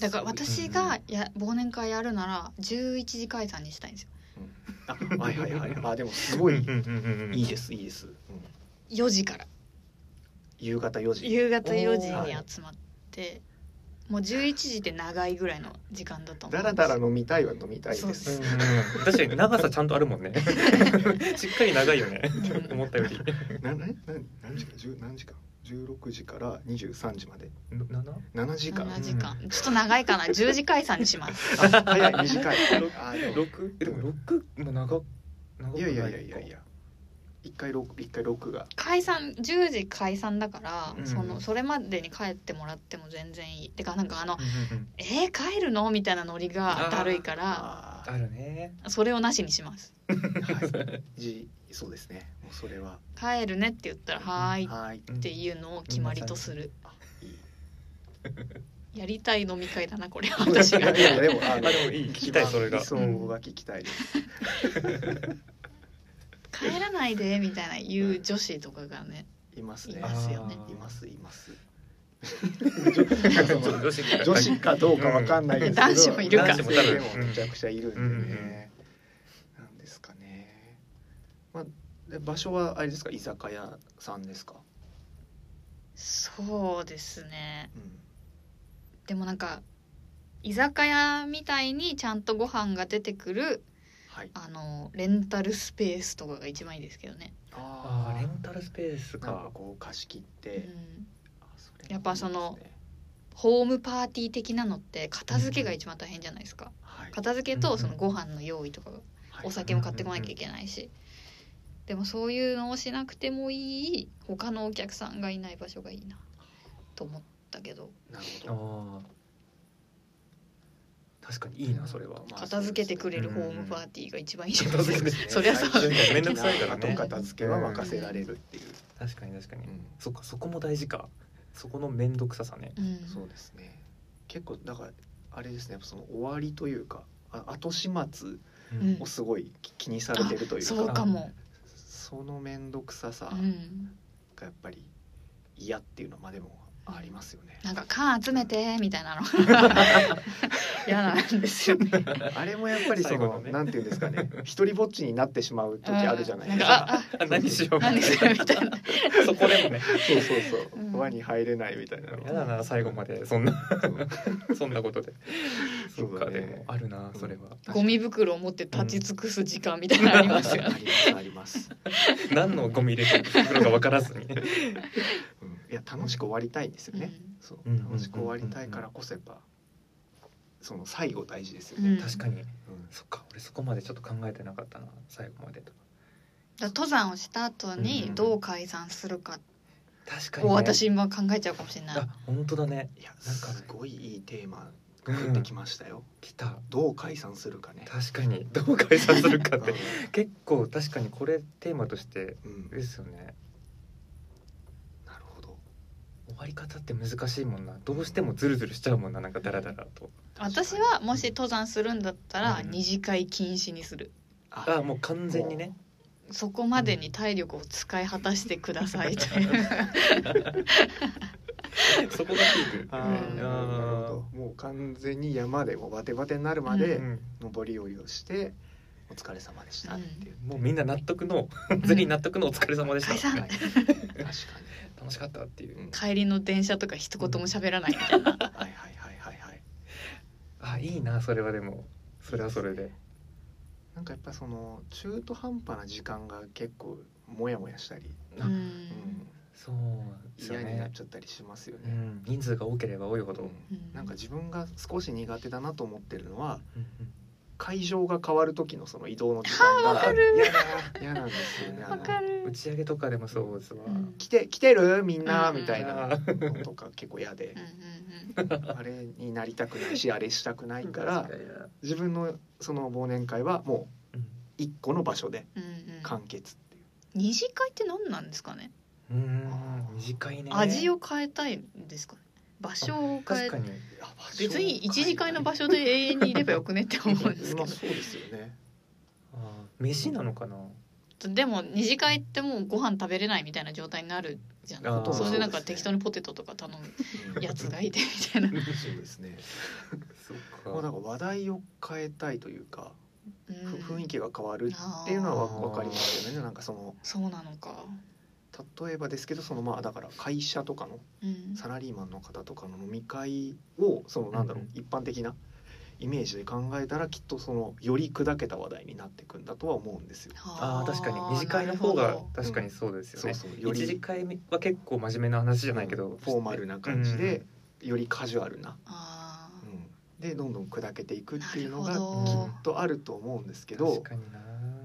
Speaker 3: だから
Speaker 2: す
Speaker 3: 私
Speaker 1: うんう
Speaker 3: が
Speaker 1: ん
Speaker 3: や忘年会やるなら11時解散にしたいんですよ
Speaker 2: ごいあはいはい はい。あでもすごい
Speaker 1: うんうんうんうん
Speaker 2: いいですいいです。うん
Speaker 3: 4時から
Speaker 2: 夕方4時。
Speaker 3: 夕方4時
Speaker 2: お
Speaker 3: に
Speaker 2: ー
Speaker 3: 集まってもう11時って長いぐらいの時間だと思う
Speaker 2: だ
Speaker 3: んで
Speaker 2: ら
Speaker 3: す
Speaker 2: だら飲みたいは飲みたい
Speaker 3: そう
Speaker 2: で
Speaker 3: ですす。
Speaker 1: うん確かに長さちゃんとあるもん ねしっかり長いよね
Speaker 3: うん
Speaker 1: 思ったより
Speaker 2: ななな何時間十何時間十六時から二十三時まで
Speaker 1: 7
Speaker 2: 七時間
Speaker 3: 7時間ちょっと長いかな10時解散にします
Speaker 2: あ早い短い。あーでも
Speaker 1: 六えでも六も長長く
Speaker 2: い
Speaker 1: な
Speaker 2: や
Speaker 1: い
Speaker 2: いやいやいやいや。一回六一回六が
Speaker 3: 解散10時解散だから、
Speaker 1: うん
Speaker 3: そのそれまでに帰ってもらっても全然いいてかなんかあの
Speaker 1: うんうんうん
Speaker 3: 「えー、帰るの?」みたいなノリがだるいから
Speaker 2: あー
Speaker 1: あるね
Speaker 3: それをなしにします
Speaker 2: はい、じそうですね。もうそれは。
Speaker 3: 「帰るね」って言ったら「はーい」っ
Speaker 2: はい。
Speaker 1: うん
Speaker 3: ていうのを決まりとする
Speaker 2: あいい。
Speaker 3: やりたい飲み会だなこれは私
Speaker 2: い
Speaker 3: が
Speaker 2: やいやでも
Speaker 1: あ
Speaker 2: あの
Speaker 1: でもいい聞きたいそれが
Speaker 2: 理想が聞きたいです。
Speaker 3: 「帰らないで」みたいな言う女子とかがね
Speaker 2: いますね。
Speaker 3: い
Speaker 1: ますよね
Speaker 2: いますい ます。
Speaker 1: そう女子
Speaker 2: 女子かどうかわかんないですけど、
Speaker 3: うん男子もいるか
Speaker 2: 男子も多分でもめちゃくちゃいるんで
Speaker 1: うん
Speaker 2: ね。なんですかね。まあで場所はあれですか居酒屋さんですか。
Speaker 3: そうですね
Speaker 2: うん
Speaker 3: でもなんか居酒屋みたいにちゃんとご飯が出てくる
Speaker 2: はい。
Speaker 3: あのレンタルスペースとかが一番いいですけどね、
Speaker 1: あーレ
Speaker 2: ー
Speaker 1: ンタルスペース
Speaker 2: なんか
Speaker 1: か
Speaker 2: こう貸し切っ
Speaker 3: う
Speaker 2: て。
Speaker 3: ん、
Speaker 2: あそれ
Speaker 3: やっぱそ
Speaker 2: い
Speaker 3: の
Speaker 2: いですね
Speaker 3: ホームパーティー的なのって片付けが一番大変じゃないですか
Speaker 2: はい
Speaker 3: 片付け
Speaker 1: うんう
Speaker 3: と
Speaker 1: ん
Speaker 3: そのご飯の用意とかが
Speaker 2: はい
Speaker 3: お酒も買ってこなきゃいけないしでもそういうのをしなくてもいい他のお客さんがいない場所がいいなと思ったけど
Speaker 2: なるほど
Speaker 1: ああ確かにいいなそれは、
Speaker 2: まあ
Speaker 3: 片付けてくれるホームパーティーが一番いいじゃないですか、
Speaker 1: うんうん
Speaker 3: そりゃそう
Speaker 1: めんどくさいからね
Speaker 2: 後片付けは任せられるっていう、
Speaker 1: 確かに確かに、
Speaker 2: うん
Speaker 1: そっかそこも大事かそこの面倒くささね
Speaker 3: うん
Speaker 2: そうですね結構だからあれですねやっぱその終わりというかあ後始末
Speaker 3: うん
Speaker 2: をすごい気気にされてるというか、
Speaker 3: そうかも、
Speaker 2: その面倒くささ
Speaker 3: うん、
Speaker 2: がやっぱり嫌っていうのはまあでもありますよね、
Speaker 3: なんか缶集めてみた いなの嫌なんですよね
Speaker 2: あれもやっぱりそ
Speaker 1: 最後
Speaker 2: の
Speaker 1: のね
Speaker 2: なんていうんですかね一人ぼっちになってしまう時あるじゃない
Speaker 3: う
Speaker 2: で
Speaker 3: ん
Speaker 2: す
Speaker 3: んか
Speaker 2: か
Speaker 3: あ
Speaker 1: あ何しよう
Speaker 3: あ何するみたい な
Speaker 1: そこでもね
Speaker 2: そうそうそう、
Speaker 3: うん
Speaker 2: 輪に入れないみたいなの
Speaker 1: やだな最後までそんな
Speaker 2: そう
Speaker 1: そんなことでそっ
Speaker 2: そう
Speaker 1: か
Speaker 2: だ
Speaker 1: で
Speaker 2: ね
Speaker 1: もあるなそれは
Speaker 3: ゴミ袋を持って立ち尽くす時間みたいなのありますよね
Speaker 2: ありますあります、
Speaker 1: 何のゴミ入れてる袋か分からずに
Speaker 2: うんいや楽しく終わりたいんですよね、そう
Speaker 1: うん
Speaker 2: 楽しく終わりたいからこそやっぱその最後大事ですよ
Speaker 3: うん
Speaker 2: ね、
Speaker 1: 確かに
Speaker 2: うん
Speaker 1: そっか俺そこまでちょっと考えてなかったな最後までとか
Speaker 3: だから登山をした後にどう解散するか
Speaker 1: 確かに、
Speaker 3: を
Speaker 1: ね、
Speaker 3: 私今考えちゃうかもしれない
Speaker 1: あ。本当だね
Speaker 2: いや
Speaker 1: なんか
Speaker 2: すごいいいテーマが降ってきましたよ、
Speaker 1: 来た
Speaker 2: どう解散するかね
Speaker 1: 確かにどう解散するかって
Speaker 2: う
Speaker 1: 結構確かにこれテーマとして
Speaker 2: んうん
Speaker 1: ですよね
Speaker 2: なるほど
Speaker 1: 終わり方って難しいもんなどうしてもズルズルしちゃうもんななんかダラダラと
Speaker 3: 私はもし登山するんだったら
Speaker 1: うん
Speaker 3: 二次会禁止にする。
Speaker 1: あもう完全にね
Speaker 3: そこまでに体力を使い果たしてくださいという。
Speaker 1: そこがピーク
Speaker 2: あー
Speaker 3: うん
Speaker 2: なるほどもう完全に山でもうバテバテになるま
Speaker 1: う
Speaker 2: で
Speaker 1: ん
Speaker 2: 登り降りをしてお疲れ様でしたっていう、
Speaker 1: もうみんな納得の 全員納得のお疲れ様でした、
Speaker 3: 解散
Speaker 2: はい確か
Speaker 1: 楽しかったってい
Speaker 2: に、
Speaker 1: う、
Speaker 2: うん
Speaker 3: 帰りの電車とか一言も喋らないみたいな。
Speaker 2: はいはいはいはいはい
Speaker 1: あいいなそれはでもそれはそれで
Speaker 2: なんかやっぱその中途半端な時間が結構モヤモヤしたり、
Speaker 1: うん
Speaker 3: う
Speaker 2: うん
Speaker 3: ん
Speaker 1: そうなんですよ
Speaker 2: 嫌になっ
Speaker 1: ね、
Speaker 2: ちゃったりしますよ
Speaker 1: う
Speaker 2: ね、
Speaker 1: ん、人数が多ければ多いほど、
Speaker 2: うんなんか自分が少し苦手だなと思ってるのは
Speaker 1: うん
Speaker 2: 会場が変わる時のその移動の時間
Speaker 1: あ
Speaker 2: が
Speaker 1: 嫌だ
Speaker 2: 嫌なんですよねあ
Speaker 3: わ
Speaker 2: の
Speaker 1: 打
Speaker 3: かる。
Speaker 1: ち上げとかでもそうですわ、
Speaker 3: うんうん
Speaker 2: 来て来てるみんな
Speaker 3: うん
Speaker 2: みたい
Speaker 1: あ
Speaker 2: な
Speaker 1: ー
Speaker 2: のとか結構嫌で
Speaker 3: うんうん
Speaker 2: あれになりたくないしあれしたくないから
Speaker 1: 確にな
Speaker 2: 自分のその忘年会はもう一個の場所で
Speaker 3: うんうんうん
Speaker 2: 完結っていう
Speaker 3: 二次会って何なんですかね。
Speaker 1: うん、うん短いね
Speaker 3: 味を変えたいんですかね。場所を変
Speaker 1: 確
Speaker 3: え
Speaker 1: かに
Speaker 2: あ場所
Speaker 3: 別に一次会の場
Speaker 2: 所
Speaker 3: 所で永遠にいればよくねって思うんですけ
Speaker 2: ま
Speaker 3: ど
Speaker 2: あ。そうですよね
Speaker 1: あー飯なのかな
Speaker 3: でも二次会ってもうご飯食べれないみたいな状態になるじゃん
Speaker 1: あー
Speaker 3: それでなんか
Speaker 2: そうですね
Speaker 3: 適当にポテトとか頼む
Speaker 2: うん
Speaker 3: やつがいてみたいな、
Speaker 2: そうですね
Speaker 1: そ
Speaker 2: もう
Speaker 1: っ
Speaker 2: なんか話題を変えたいというか
Speaker 3: うん
Speaker 2: ふ雰囲気が変わるっていうのはわかりますよねなんかその
Speaker 3: そうなのか、
Speaker 2: 例えばですけどそのまあだから会社とかの
Speaker 3: うん、
Speaker 2: サラリーマンの方とかの飲み会をそのなんだろう、
Speaker 1: うん
Speaker 2: 一般的なイメージで考えたらきっとそのより砕けた話題になってくんだとは思うんですよ。
Speaker 1: あ
Speaker 3: あ
Speaker 1: あ
Speaker 3: ー
Speaker 1: 確かに二次会の方
Speaker 3: な
Speaker 1: が
Speaker 3: るほ
Speaker 1: 確かにそうですよ
Speaker 2: そう
Speaker 1: ね、
Speaker 2: そうより
Speaker 1: 一次会は結構真面目な話じゃないけど、
Speaker 2: フォーマルな感じで、よりカジュアルな、
Speaker 3: どあ
Speaker 2: う
Speaker 3: ー
Speaker 2: ん、でどんどん砕けていくっていうのが
Speaker 3: な
Speaker 2: き
Speaker 3: る
Speaker 2: っ
Speaker 3: ほ
Speaker 1: ど
Speaker 2: とあると思うんですけ
Speaker 1: 確
Speaker 2: ど
Speaker 1: かにな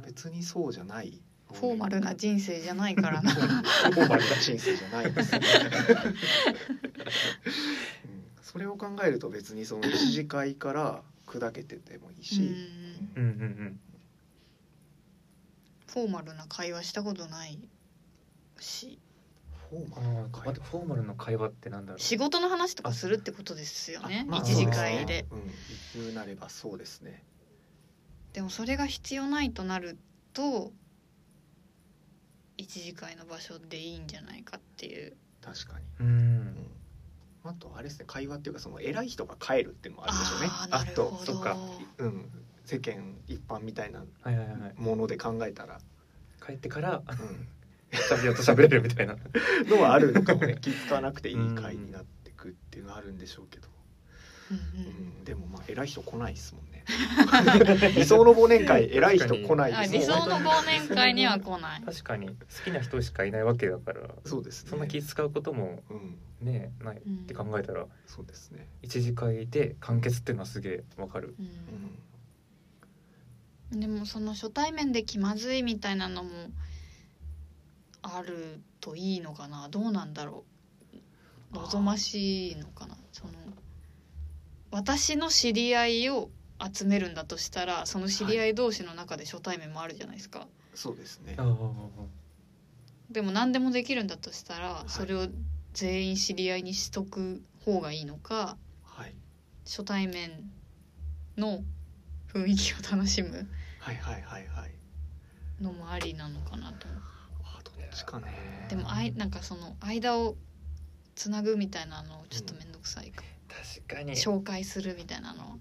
Speaker 2: 別にそうじゃない
Speaker 3: フォーマルな人生じゃないからな
Speaker 2: フォーマルな人生じゃないですよね。うんそれを考えると別にその一次会から砕けててもいいし、
Speaker 3: うん
Speaker 1: うんうんうん
Speaker 3: フォーマルな会話したことないし
Speaker 2: フォーマ
Speaker 1: あ
Speaker 2: ルな
Speaker 1: ー
Speaker 2: 会
Speaker 1: あとフォーマルの会話ってなんだろう
Speaker 3: 仕事の話とかするってことですよね、
Speaker 2: あまあ
Speaker 3: 一次会
Speaker 2: そうす
Speaker 3: で
Speaker 2: ねうん、言うなればそうですね
Speaker 3: でもそれが必要ないとなると一次会の場所でいいんじゃないかっていう
Speaker 2: 確かに、
Speaker 1: うん
Speaker 2: うん、あとあれですね会話っていうかその偉い人が帰るっていうのもあるでしょうね
Speaker 3: あー
Speaker 2: あ
Speaker 3: なる
Speaker 2: と
Speaker 3: ほ
Speaker 1: そ
Speaker 3: ど
Speaker 1: っか
Speaker 2: うん、世間一般みたいな
Speaker 1: はいはいはい
Speaker 2: もので考え たら、
Speaker 1: 帰ってから
Speaker 2: う
Speaker 1: 喋ようと喋れるみたいな
Speaker 2: ん、のはあるのかも ね気使わなくていい会になってくっていうのはあるんでしょうけど、
Speaker 3: うん
Speaker 2: う
Speaker 3: うん
Speaker 2: ん、でもまあ偉い人来ないですも んね 理想の忘年会偉い人来ない
Speaker 3: あ
Speaker 2: です
Speaker 3: 理想
Speaker 2: もんね
Speaker 3: の忘年会には来ない
Speaker 1: 確かに好きな人しかいないわけだから
Speaker 2: そうですね
Speaker 1: そんな気使うことも
Speaker 2: うん
Speaker 1: ねないって考えたら
Speaker 2: そうですね
Speaker 1: 一次会で完結っていうのはすげえわかる
Speaker 3: う
Speaker 2: うんん
Speaker 3: でもその初対面で気まずいみたいなのもあるといいのかなどうなんだろう望ましいのかなその私の知り合いを集めるんだとしたらその知り合い同士の中で初対面もあるじゃないですか、
Speaker 2: そうですね
Speaker 1: あ。あ
Speaker 3: でも何でもできるんだとしたら
Speaker 2: い
Speaker 3: それを全員知り合いにしとく方がいいのか
Speaker 2: はい
Speaker 3: 初対面の雰囲気を楽しむ
Speaker 2: はいはいはいはい。
Speaker 3: のもありなのかなと思っ
Speaker 2: あどっちかね。
Speaker 3: てでもあいなんかその間をつなぐみたいなのちょっと面倒くさいかも、
Speaker 1: 確かにい
Speaker 3: 紹介するみたいなの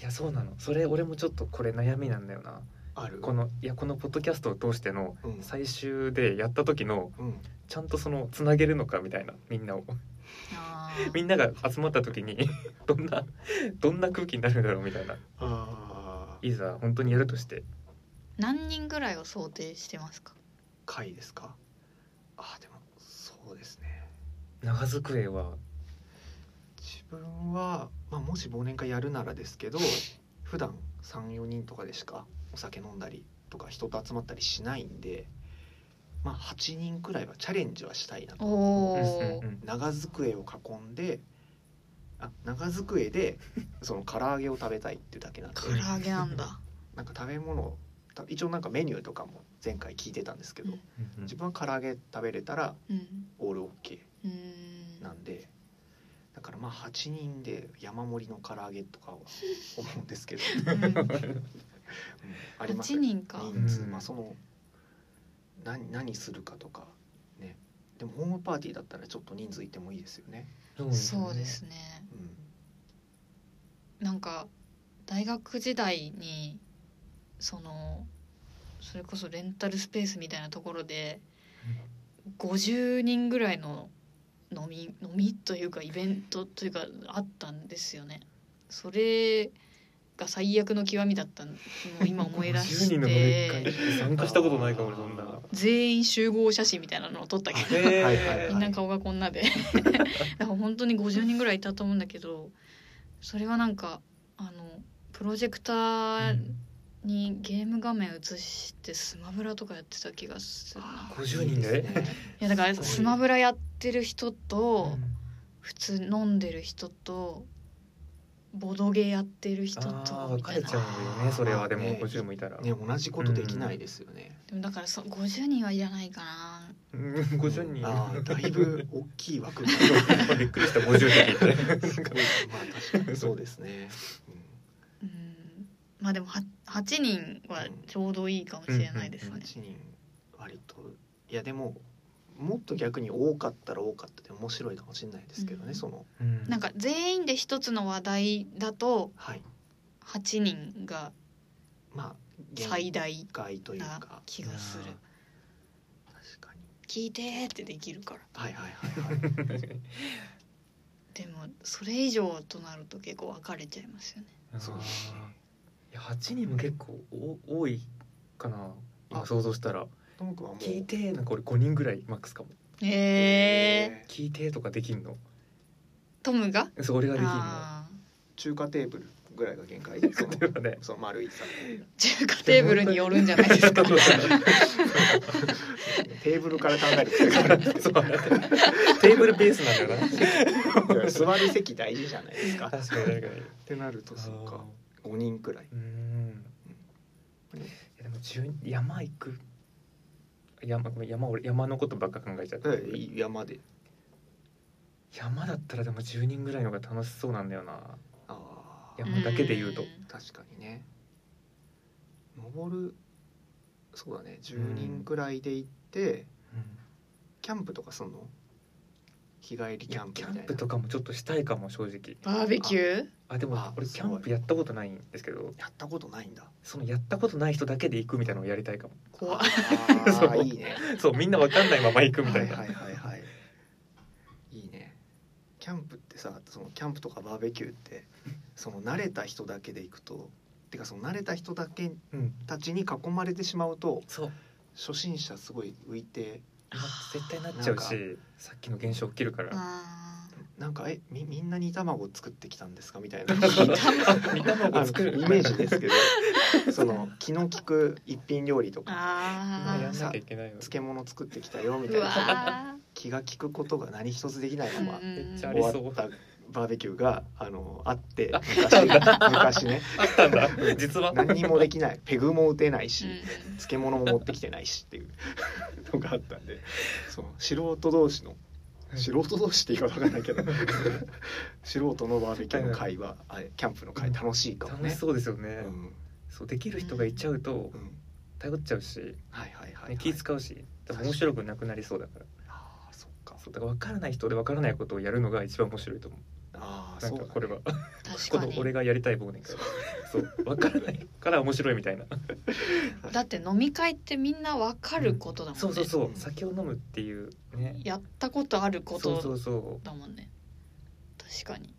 Speaker 1: やそうなのそれ俺もちょっとこれ悩みなんだよな
Speaker 2: ある。
Speaker 1: このいやこのポッドキャストを通しての
Speaker 2: うん
Speaker 1: 最終でやった時の
Speaker 2: うん
Speaker 1: ちゃんとそのつなげるのかみたいなみんなをみんなが集まった時に どんなどんな空気になるんだろうみたいな
Speaker 2: ああ
Speaker 1: いざ本当にやるとして
Speaker 3: 何人ぐらいを想定してますか
Speaker 2: 回ですか。あでもそうですね。
Speaker 1: 長机は
Speaker 2: 自分はまあもし忘年会やるならです けど、普段三四人とかでしかお酒飲んだりとか人と集まったりしないんで、まあ八人くらいはチャレンジはしたいなと。
Speaker 3: お
Speaker 1: うん
Speaker 3: ー
Speaker 1: うんうん
Speaker 2: 長机を囲んで。あ長机 でその唐揚げを食べたいっていうだけなんで
Speaker 3: 唐揚げなんだ
Speaker 2: なんか食べ物をた一応なんかメニューとかも前回聞いてたんですけど、
Speaker 3: うん
Speaker 1: うん
Speaker 2: 自分は唐揚げ食べれたら
Speaker 3: うん
Speaker 2: オールオッケ
Speaker 3: うー
Speaker 2: ー
Speaker 3: ん
Speaker 2: なんでだからまあ8人で山盛りの唐揚げとかは思うんですけど、うん
Speaker 3: うん
Speaker 2: あります
Speaker 3: 8人か
Speaker 2: 人数
Speaker 1: うん
Speaker 2: まあその何何するかとかねでもホームパーティーだったらちょっと人数いてもいいですよね、
Speaker 3: そうですね
Speaker 2: うん、
Speaker 3: なんか大学時代にそのそれこそレンタルスペースみたいなところで50人ぐらいの飲み飲みというかイベントというかあったんですよね。それが最悪の極みだったのを今思い出 し
Speaker 1: 10人の飲み会に
Speaker 3: て
Speaker 1: 参加したことないかも俺そんな
Speaker 3: 全員集合写真みたいなのを撮ったけど
Speaker 1: へー
Speaker 2: はいはい
Speaker 3: みんな顔がこん なでだから本当に50人ぐらいいたと思うんだけどそれはなんかあのプロジェクターにゲーム画面映してスマブラとかやってた気がするな
Speaker 1: 50人で
Speaker 2: いいすね
Speaker 3: いやだから
Speaker 2: すごい
Speaker 3: スマブラやってる人
Speaker 1: う
Speaker 3: と
Speaker 1: ん
Speaker 3: 普通飲んでる人とボドゲやってる人
Speaker 1: あ
Speaker 3: と
Speaker 1: ー
Speaker 3: み
Speaker 1: 分か
Speaker 3: たい
Speaker 1: れ
Speaker 3: な
Speaker 1: ちゃうよねそれはでも
Speaker 2: ね
Speaker 1: 50もいたら、
Speaker 2: ね同じことできないですよね、
Speaker 3: でもだからそ50人はいらないかな
Speaker 1: うん50人
Speaker 2: あーだいぶ大きい枠が
Speaker 1: びっくりした50人って
Speaker 2: すごい まあ確かにそうですね。
Speaker 3: うんまあでもは8人はちょうどいいかもしれないです
Speaker 1: うんうんうん
Speaker 3: ね
Speaker 2: 八、人割といやでももっと逆に多かったら多かったで面白いかもしれないですけどね、
Speaker 3: うん
Speaker 2: その
Speaker 3: なんか全員で一つの話題だと
Speaker 2: はい
Speaker 3: 8人が
Speaker 2: まあ
Speaker 3: 最大
Speaker 2: 限界という
Speaker 3: な
Speaker 2: か
Speaker 3: 気がする
Speaker 2: 確かに
Speaker 3: 聞いてーってできるから
Speaker 2: はいはいはい はい。
Speaker 3: でもそれ以上となると結構分かれちゃいますよね
Speaker 2: そうですね
Speaker 1: いや8人も結構お多いかな今想像したら
Speaker 2: トム君は
Speaker 1: 「
Speaker 2: もう
Speaker 1: 聞いて」なんか俺5人ぐらいマックスかも
Speaker 3: え
Speaker 1: 「
Speaker 3: ー、
Speaker 1: 聞いて」とかできんの
Speaker 3: トムが
Speaker 1: そう俺ができんの
Speaker 3: あ
Speaker 2: 中華テーブルぐらいが限界で その
Speaker 1: ではね
Speaker 2: その丸いさ
Speaker 3: ー中華テーブルによるんじゃないです か
Speaker 2: テーブルから考える必要があるん ですけ
Speaker 1: そ
Speaker 2: ど
Speaker 1: うテーブルベースなんだよな
Speaker 2: だから座る席大事じゃないですか。っ
Speaker 1: 確かに確かに
Speaker 2: てなるとそっか5人くらい。
Speaker 1: うん
Speaker 2: うん
Speaker 1: いやでも10山行く山ごめん山俺山のことばっか考えちゃって
Speaker 2: ええ山で
Speaker 1: 山だったらでも10人ぐらいの方が楽しそうなんだよな
Speaker 2: ああ
Speaker 1: 山だけで言うと
Speaker 3: ん
Speaker 2: 確かにね登るそうだね10人くらいで行って、キャンプとかすんの日帰り
Speaker 1: い
Speaker 2: キャ
Speaker 1: や
Speaker 2: ンプ
Speaker 1: キ
Speaker 2: み
Speaker 1: ャ
Speaker 2: た
Speaker 1: ン
Speaker 2: い
Speaker 1: プ
Speaker 2: な
Speaker 1: とかもちょっとしたいかも正直
Speaker 3: バーベキュー
Speaker 1: あでも
Speaker 2: あ
Speaker 1: 俺
Speaker 2: す
Speaker 1: キ
Speaker 2: ごい
Speaker 1: ャンプやったことないんですけど
Speaker 2: やったことないんだ
Speaker 1: そのやったことない人だけで行くみたいなのをやりたいかも
Speaker 3: 怖
Speaker 2: あ
Speaker 3: い
Speaker 2: ー
Speaker 1: そう
Speaker 2: いいね
Speaker 1: そうみんなわかんないまま行くみたいな、
Speaker 2: はいはいはいはいいいねキャンプってさそのキャンプとかバーベキューってその慣れた人だけで行くとてかその慣れた人だけ
Speaker 1: うん
Speaker 2: たちに囲まれてしまうと
Speaker 1: そう
Speaker 2: 初心者すごい浮いて
Speaker 1: な絶対なっちゃうしさっきの現象起きるから
Speaker 3: あ
Speaker 2: なんかえみみんな煮卵作ってきたんですかみた いな
Speaker 1: 煮卵作る
Speaker 2: あのイメージですけど その気の利く一品料理と
Speaker 3: ー
Speaker 2: か
Speaker 1: 今や
Speaker 3: あ
Speaker 1: んなきゃいけないよ
Speaker 2: 漬物作ってきたよみ
Speaker 3: ーう
Speaker 2: たいな
Speaker 3: わー
Speaker 2: 気が利くことが何一つできないまま
Speaker 3: うんうん
Speaker 1: めっちゃあ
Speaker 2: 終
Speaker 1: り
Speaker 2: わ
Speaker 1: そう
Speaker 2: ったバーベキューがあのあって
Speaker 1: あ
Speaker 2: 昔昔ね
Speaker 1: あったんだ実は
Speaker 2: 何にもできないペグも打てないし、
Speaker 3: うん
Speaker 2: 漬物も持ってきてないしっていうのがあったんでそう素人同士の素人同士って言い方わかんないけど素人のバーベキューの会はあキャンプの会楽しいかも
Speaker 1: 楽
Speaker 2: ね
Speaker 1: し。そうですよね、
Speaker 2: うん
Speaker 1: そうできる人がいちゃうと
Speaker 2: うん
Speaker 1: 頼っちゃうし、
Speaker 2: はいはいはい、は
Speaker 1: ね、
Speaker 2: い、
Speaker 1: 気使うし多分面白くなくなりそうだから
Speaker 2: ああそっか
Speaker 1: そうだから分からない人で分からないことをやるのが一番面白いと思う
Speaker 2: ああ
Speaker 1: な
Speaker 2: そ
Speaker 1: んか
Speaker 2: うだね
Speaker 1: これは、
Speaker 3: 確
Speaker 1: こ
Speaker 3: か
Speaker 1: の
Speaker 3: に
Speaker 1: 俺がやりたい忘年会そう分からないから面白いみたいな
Speaker 3: だって飲み会ってみんなわかることだもんね、
Speaker 1: そうそうそう
Speaker 2: う、ん
Speaker 1: 酒を飲むっていうね
Speaker 3: やったことあるこ
Speaker 1: そうそ
Speaker 3: と
Speaker 1: うそ
Speaker 3: だもんね確かに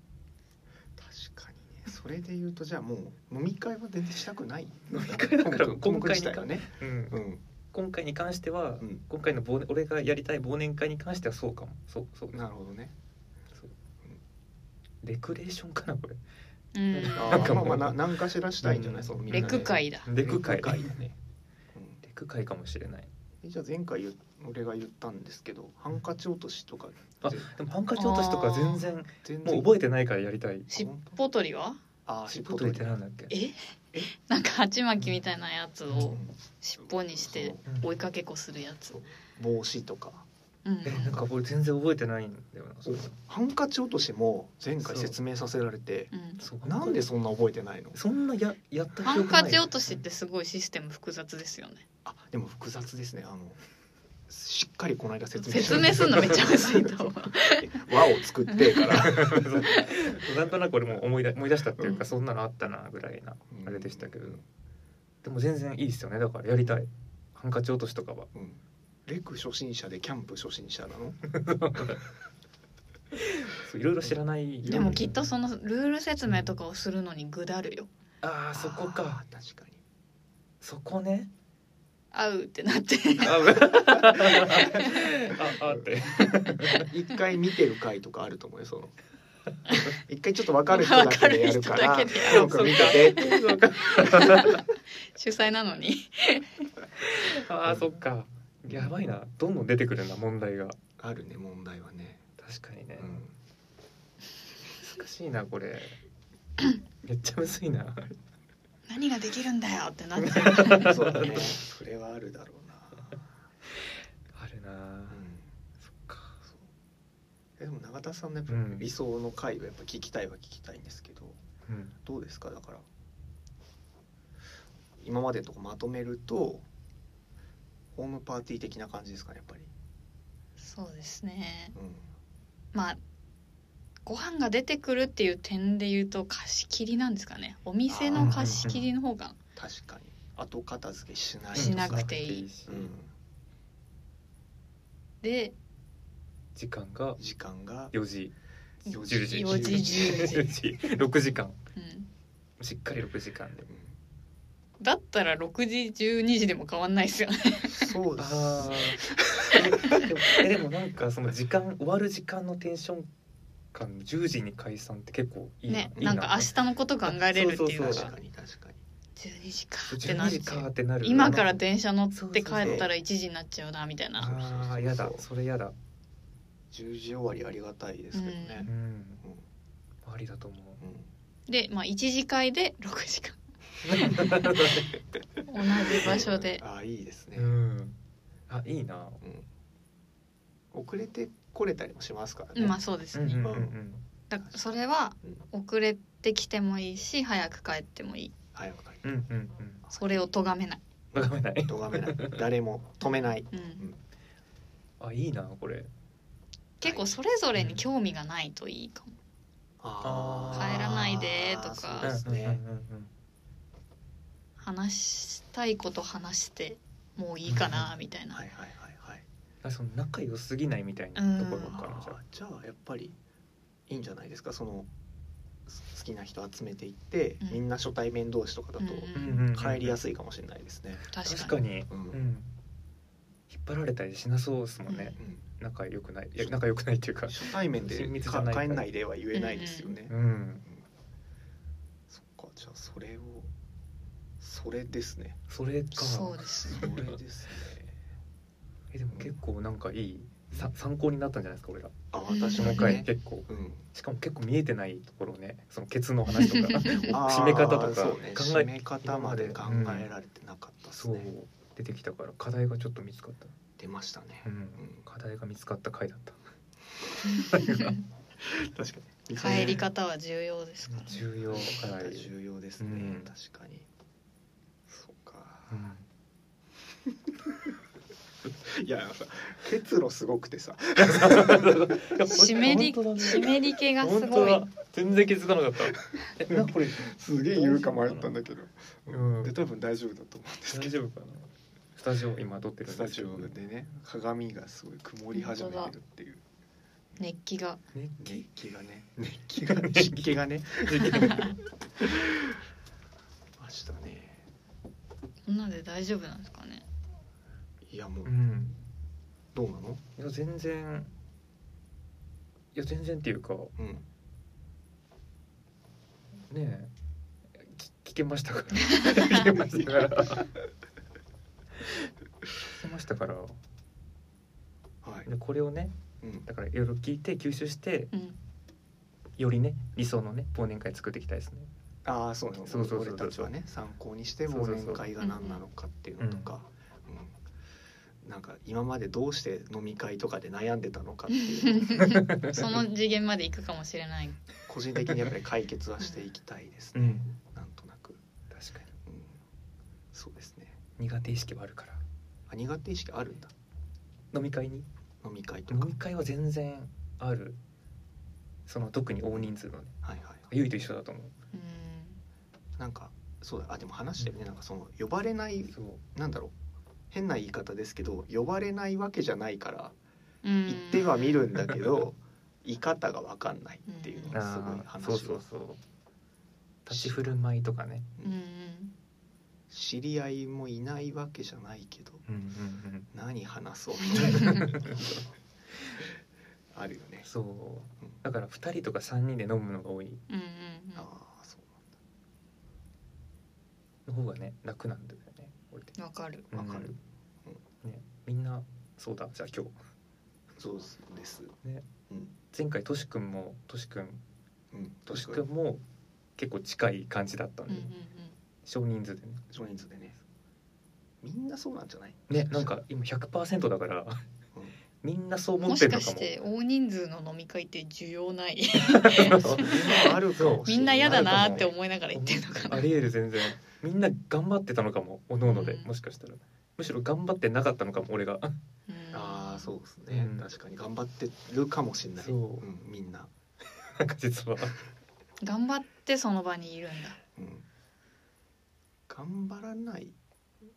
Speaker 2: 確かにねそれで言うとじゃあもう飲み会は全然したくない
Speaker 1: 飲み会だから
Speaker 2: コン
Speaker 1: 今
Speaker 2: ク
Speaker 1: 回
Speaker 2: 自
Speaker 1: に
Speaker 2: 体はね
Speaker 1: う、うん
Speaker 2: う、ん
Speaker 1: 今回に関しては、
Speaker 2: うん
Speaker 1: 今回の忘年俺がやりたい忘年会に関してはそうかもそうそう
Speaker 2: なるほどね
Speaker 1: レクレーションかなこれ
Speaker 3: うん
Speaker 2: あ
Speaker 1: なん
Speaker 2: ー
Speaker 1: か
Speaker 2: ま
Speaker 1: も
Speaker 2: あ
Speaker 1: う
Speaker 2: まあな何かしらしたいんじゃない、
Speaker 1: うん
Speaker 2: そうみんな
Speaker 3: レ
Speaker 2: で
Speaker 3: ク会だ
Speaker 1: レク会
Speaker 2: レク会だね、うん
Speaker 1: レク会かもしれない
Speaker 2: えじゃあ前回言う俺が言ったんですけどハンカチ落としとか
Speaker 1: あ
Speaker 2: ぜ
Speaker 1: でもハンカチ落としとか全然
Speaker 2: 全
Speaker 1: もう覚えてないからやりたい
Speaker 3: 尻尾取りは
Speaker 2: ああ
Speaker 1: 尻
Speaker 2: 尻
Speaker 1: 尾
Speaker 2: 尾
Speaker 1: 取りって
Speaker 2: 取れて
Speaker 1: なんだっけ
Speaker 3: え
Speaker 2: え
Speaker 3: なんか鉢巻きみたいなやつ
Speaker 2: うん
Speaker 3: を尻尾にして追いかけっこするやつ
Speaker 2: そう帽子とか
Speaker 3: うん
Speaker 1: えなんか俺全然覚えてないんだよなそう
Speaker 2: ハンカチ落としも前回説明させられて
Speaker 3: うん
Speaker 1: そう
Speaker 2: なんでそんな覚えてないの
Speaker 1: そんなややった
Speaker 3: ハ
Speaker 1: 記
Speaker 3: ン
Speaker 1: 憶ない
Speaker 3: カチ落としってすごいシステム複雑ですよね
Speaker 2: あでも複雑ですねあのしっかりこの間説明
Speaker 3: 説明するのめっちゃむずいと思う
Speaker 2: 輪を作ってから
Speaker 1: そうなんとなく俺も思い出思い出したっていうか、
Speaker 2: うん
Speaker 1: そんなのあったなぐらいな あれでしたけどでも全然いいですよねだからやりたいハンカチ落としとかは
Speaker 2: うんレク初心者でキャンプ初心者なの
Speaker 1: そういろいろ知らない
Speaker 3: でもきっとそのルール説明とかをするのにぐだるよ
Speaker 1: ああそこか
Speaker 2: あー確かに
Speaker 1: そこね
Speaker 3: 合うってなって
Speaker 1: あああって
Speaker 2: 一回見てる回とかあると思うよそ の一回ちょっと分かる人だけでやるから
Speaker 3: 分かる人だけ
Speaker 2: よ
Speaker 3: でやる
Speaker 2: く見てて
Speaker 1: そうか
Speaker 3: 主催なのに
Speaker 1: ああそっかやばいなどんどん出てくるな問題が
Speaker 2: あるね問題はね、
Speaker 1: 確かに
Speaker 2: う
Speaker 1: ね、
Speaker 2: ん、
Speaker 1: 難しいなこれめっちゃむずいな
Speaker 3: 何ができるんだよってなっちゃう
Speaker 2: そうだね それはあるだろうな、
Speaker 1: あるな
Speaker 2: う
Speaker 1: ぁ
Speaker 2: ん、
Speaker 1: そっか
Speaker 2: そうえでも永田さんのやっぱ
Speaker 1: うん
Speaker 2: 理想の回はやっぱ聞きたいは聞きたいんですけど
Speaker 1: うん
Speaker 2: どうですかだから今までのとこまとめるとホームパーティー的な感じですかねやっぱり、
Speaker 3: そうですね
Speaker 2: うん、
Speaker 3: まあご飯が出てくるっていう点で言うと貸し切りなんですかねお店の貸し切りの方が
Speaker 2: 確かに後片付けしない
Speaker 3: しなくていい
Speaker 1: し
Speaker 2: うん、
Speaker 3: で
Speaker 1: 時間が
Speaker 2: 時間が
Speaker 1: 4時
Speaker 2: 4
Speaker 1: 10時
Speaker 3: 4時10
Speaker 1: 6時間
Speaker 3: うん
Speaker 1: しっかり6時間で
Speaker 2: うん
Speaker 3: だったら6時12時でも変わんないですよね
Speaker 2: そうです
Speaker 1: あーでもえでもなんかその時間終わる時間のテンション感10時に解散って結構いいな、
Speaker 3: ね
Speaker 1: いい
Speaker 3: なんか明日のこと考えれるっていうの
Speaker 1: そうそう
Speaker 2: 確
Speaker 3: が
Speaker 2: かに確かに
Speaker 3: 12時かってな
Speaker 1: 12
Speaker 3: っ
Speaker 1: 時
Speaker 3: て
Speaker 1: かってなる
Speaker 3: 今から電車乗って帰っ
Speaker 2: そう
Speaker 3: た
Speaker 2: そうそ
Speaker 3: ら1時になっちゃうなみたいな
Speaker 1: ああやだ
Speaker 2: そうそうそう
Speaker 1: それやだ
Speaker 2: 10時終わりありがたいですけどね
Speaker 1: う、ん
Speaker 2: うん
Speaker 1: ありだと思う
Speaker 2: うん
Speaker 3: でまあ1次会で6時間同じ場所で
Speaker 2: あいいですね、
Speaker 1: うんあいい な
Speaker 2: うん遅れてこれたりもしますからね、
Speaker 3: うんまあそうですね、
Speaker 2: ん
Speaker 3: だからそれは
Speaker 2: うん
Speaker 3: 遅れてきてもいいし早く帰ってもいい
Speaker 2: 早く帰って
Speaker 1: うんうんうん
Speaker 3: それを咎めない、
Speaker 1: 眺めない
Speaker 2: 咎めない誰も止めない
Speaker 3: うん、
Speaker 1: あいいなこれ
Speaker 3: 結構それぞれに興味がないといいかも、
Speaker 1: あー
Speaker 2: ー
Speaker 1: 帰ら
Speaker 3: ないでとか
Speaker 2: そうですね、
Speaker 1: うんうんうんうん
Speaker 3: 話したいこと話してもういいかなみたいな、
Speaker 2: はいはいはいはい
Speaker 1: あその仲良すぎないみたいなところかな
Speaker 2: あ
Speaker 1: じゃあ
Speaker 2: ーじゃあやっぱりいいんじゃないですかそのす好きな人集めていって、
Speaker 3: うん
Speaker 2: みんな初対面同士とかだと
Speaker 3: うん
Speaker 2: 帰りや
Speaker 1: い
Speaker 2: すいかもしれないですね、
Speaker 3: 確かに
Speaker 1: 確かに
Speaker 2: うん
Speaker 1: うん引っ張られたりしなそうですもんね
Speaker 2: うん
Speaker 1: 仲良くないいや仲良くないっていうか
Speaker 2: 初対面で
Speaker 1: 親密じゃ
Speaker 2: か
Speaker 1: ないから
Speaker 2: 帰んないでは言えないですよね、
Speaker 1: うん
Speaker 2: そっかじゃあそれをそれですね
Speaker 1: それか
Speaker 3: そうですね
Speaker 2: それですね
Speaker 1: えでも結構なんかいいさ参考になったんじゃないですか俺ら
Speaker 2: あ私
Speaker 1: こ
Speaker 2: も
Speaker 1: の
Speaker 2: ね
Speaker 1: 回、結構
Speaker 2: うん、
Speaker 1: しかも結構見えてないところねそのケツの話とか
Speaker 2: あー
Speaker 1: 締め方とか
Speaker 2: そう
Speaker 1: 考
Speaker 2: ね、
Speaker 1: え
Speaker 2: 締め方まで考えられてなかったです
Speaker 1: そう
Speaker 2: ね、
Speaker 1: 出てきたから課題がちょっと見つかった、
Speaker 2: 出ましたね、
Speaker 1: うん
Speaker 2: うん、
Speaker 1: 課題が見つかった回だった
Speaker 2: 確かに
Speaker 3: 帰り方は重要ですから、ね、
Speaker 1: 重要課題、
Speaker 2: 重要ですね、
Speaker 1: うん
Speaker 2: 確かにそうか、
Speaker 1: うん
Speaker 2: いや結露すごくて さ
Speaker 3: 湿
Speaker 1: 本
Speaker 3: り
Speaker 1: 当だね
Speaker 3: 湿り気がす
Speaker 1: 本当
Speaker 3: ごい
Speaker 1: だ全然気づかなかったえなこれ
Speaker 2: すげえ言うか迷ったんだけど、
Speaker 1: うん
Speaker 2: で多分大丈夫だと思うんですけ
Speaker 1: 大
Speaker 2: ど
Speaker 1: 丈夫かなスタジオ今撮ってる
Speaker 2: ス
Speaker 1: んで
Speaker 2: タ
Speaker 1: すけ
Speaker 2: ジ
Speaker 1: ど
Speaker 2: オでね鏡がすごい曇り始めてるっていう
Speaker 3: 熱気が
Speaker 1: ね
Speaker 2: 熱気がね熱気がね湿気がね ましたね
Speaker 3: こんなんで大丈夫なんですかね
Speaker 2: いやもう
Speaker 1: うん
Speaker 2: どうなの
Speaker 1: いや全然いや全然っていうか
Speaker 2: うん
Speaker 1: ねえき聞けましたから聞けましたから聞けましたから
Speaker 2: はい
Speaker 1: でこれをね
Speaker 2: うん
Speaker 1: だからいろいろ聞いて吸収して
Speaker 3: うん
Speaker 1: よりね理想のね忘年会作っていきたいですね
Speaker 2: ああそうね
Speaker 1: そうそうそうそう
Speaker 2: 俺たちはね参考にして忘年会が何なのかっていうのとかうんなんか今までどうして飲み会とかで悩んでたのかっていう のを
Speaker 3: その次元まで行くかもしれない
Speaker 2: 個人的にやっぱり解決はしていきたいです
Speaker 1: う
Speaker 2: ね
Speaker 1: ん
Speaker 2: なんとなく
Speaker 1: 確かに
Speaker 2: うんそうですね
Speaker 1: 苦手意識はあるから
Speaker 2: あ苦手意識あるんだ
Speaker 1: 飲み会に
Speaker 2: 飲み会と
Speaker 1: 飲
Speaker 2: か
Speaker 1: み会は全然あるその特に大人数のね
Speaker 2: はいはいはい
Speaker 1: ゆいと一緒だと思う
Speaker 3: うん
Speaker 2: なんかそうだあでも話してるねなんかその呼ばれない
Speaker 1: そう
Speaker 2: なんだろう変な言い方ですけど呼ばれないわけじゃないから
Speaker 3: うん
Speaker 2: 行っては見るんだけど言い方が分かんないっていうのがすごい
Speaker 1: あー
Speaker 2: 話
Speaker 1: そう
Speaker 2: を
Speaker 1: そうそう立ち振る舞いとかね
Speaker 3: うんうん
Speaker 2: 知り合いもいないわけじゃないけど
Speaker 1: うんうんうん
Speaker 2: 何話そうみたいなあるよね
Speaker 1: そうだから2人とか3人で飲むのが多い
Speaker 3: うんうん
Speaker 2: ああそう
Speaker 1: の方がね楽なんだよね俺的
Speaker 3: うんわかる
Speaker 1: に
Speaker 2: わかる
Speaker 1: うんね、みんなそうだじゃあ今日
Speaker 2: そうです
Speaker 1: ね
Speaker 2: うん
Speaker 1: 前回としくんもとしくん
Speaker 2: うん
Speaker 1: とし
Speaker 2: 確か
Speaker 1: くん
Speaker 2: に
Speaker 1: も結構近い感じだったん
Speaker 3: うん
Speaker 1: で、
Speaker 3: うん
Speaker 1: 少人数でね
Speaker 2: 少人数でねみんなそうなんじゃない
Speaker 1: ねなんか今100%だから、
Speaker 2: うん
Speaker 1: みんなそう
Speaker 3: うん
Speaker 1: 思
Speaker 3: も
Speaker 1: って
Speaker 3: し
Speaker 1: るの
Speaker 3: か
Speaker 1: か
Speaker 3: し
Speaker 1: も
Speaker 3: て大人数の飲み会って需要ない
Speaker 2: あるかもしれ
Speaker 3: みんな
Speaker 2: ない
Speaker 3: 嫌だなーって思いながら言ってるのか
Speaker 1: あ
Speaker 3: な
Speaker 1: りえる全然みんな頑張ってたのかもおのおので、
Speaker 3: うん
Speaker 1: もしかしたらむしろ頑張ってなかったのかも俺が
Speaker 2: ああそうですね、
Speaker 1: うん
Speaker 2: 確かに頑張ってるかもしれない、
Speaker 1: そうん
Speaker 2: みんな、
Speaker 1: なんか実は
Speaker 3: うん頑張ってその場にいるんだ
Speaker 2: うん、頑張らない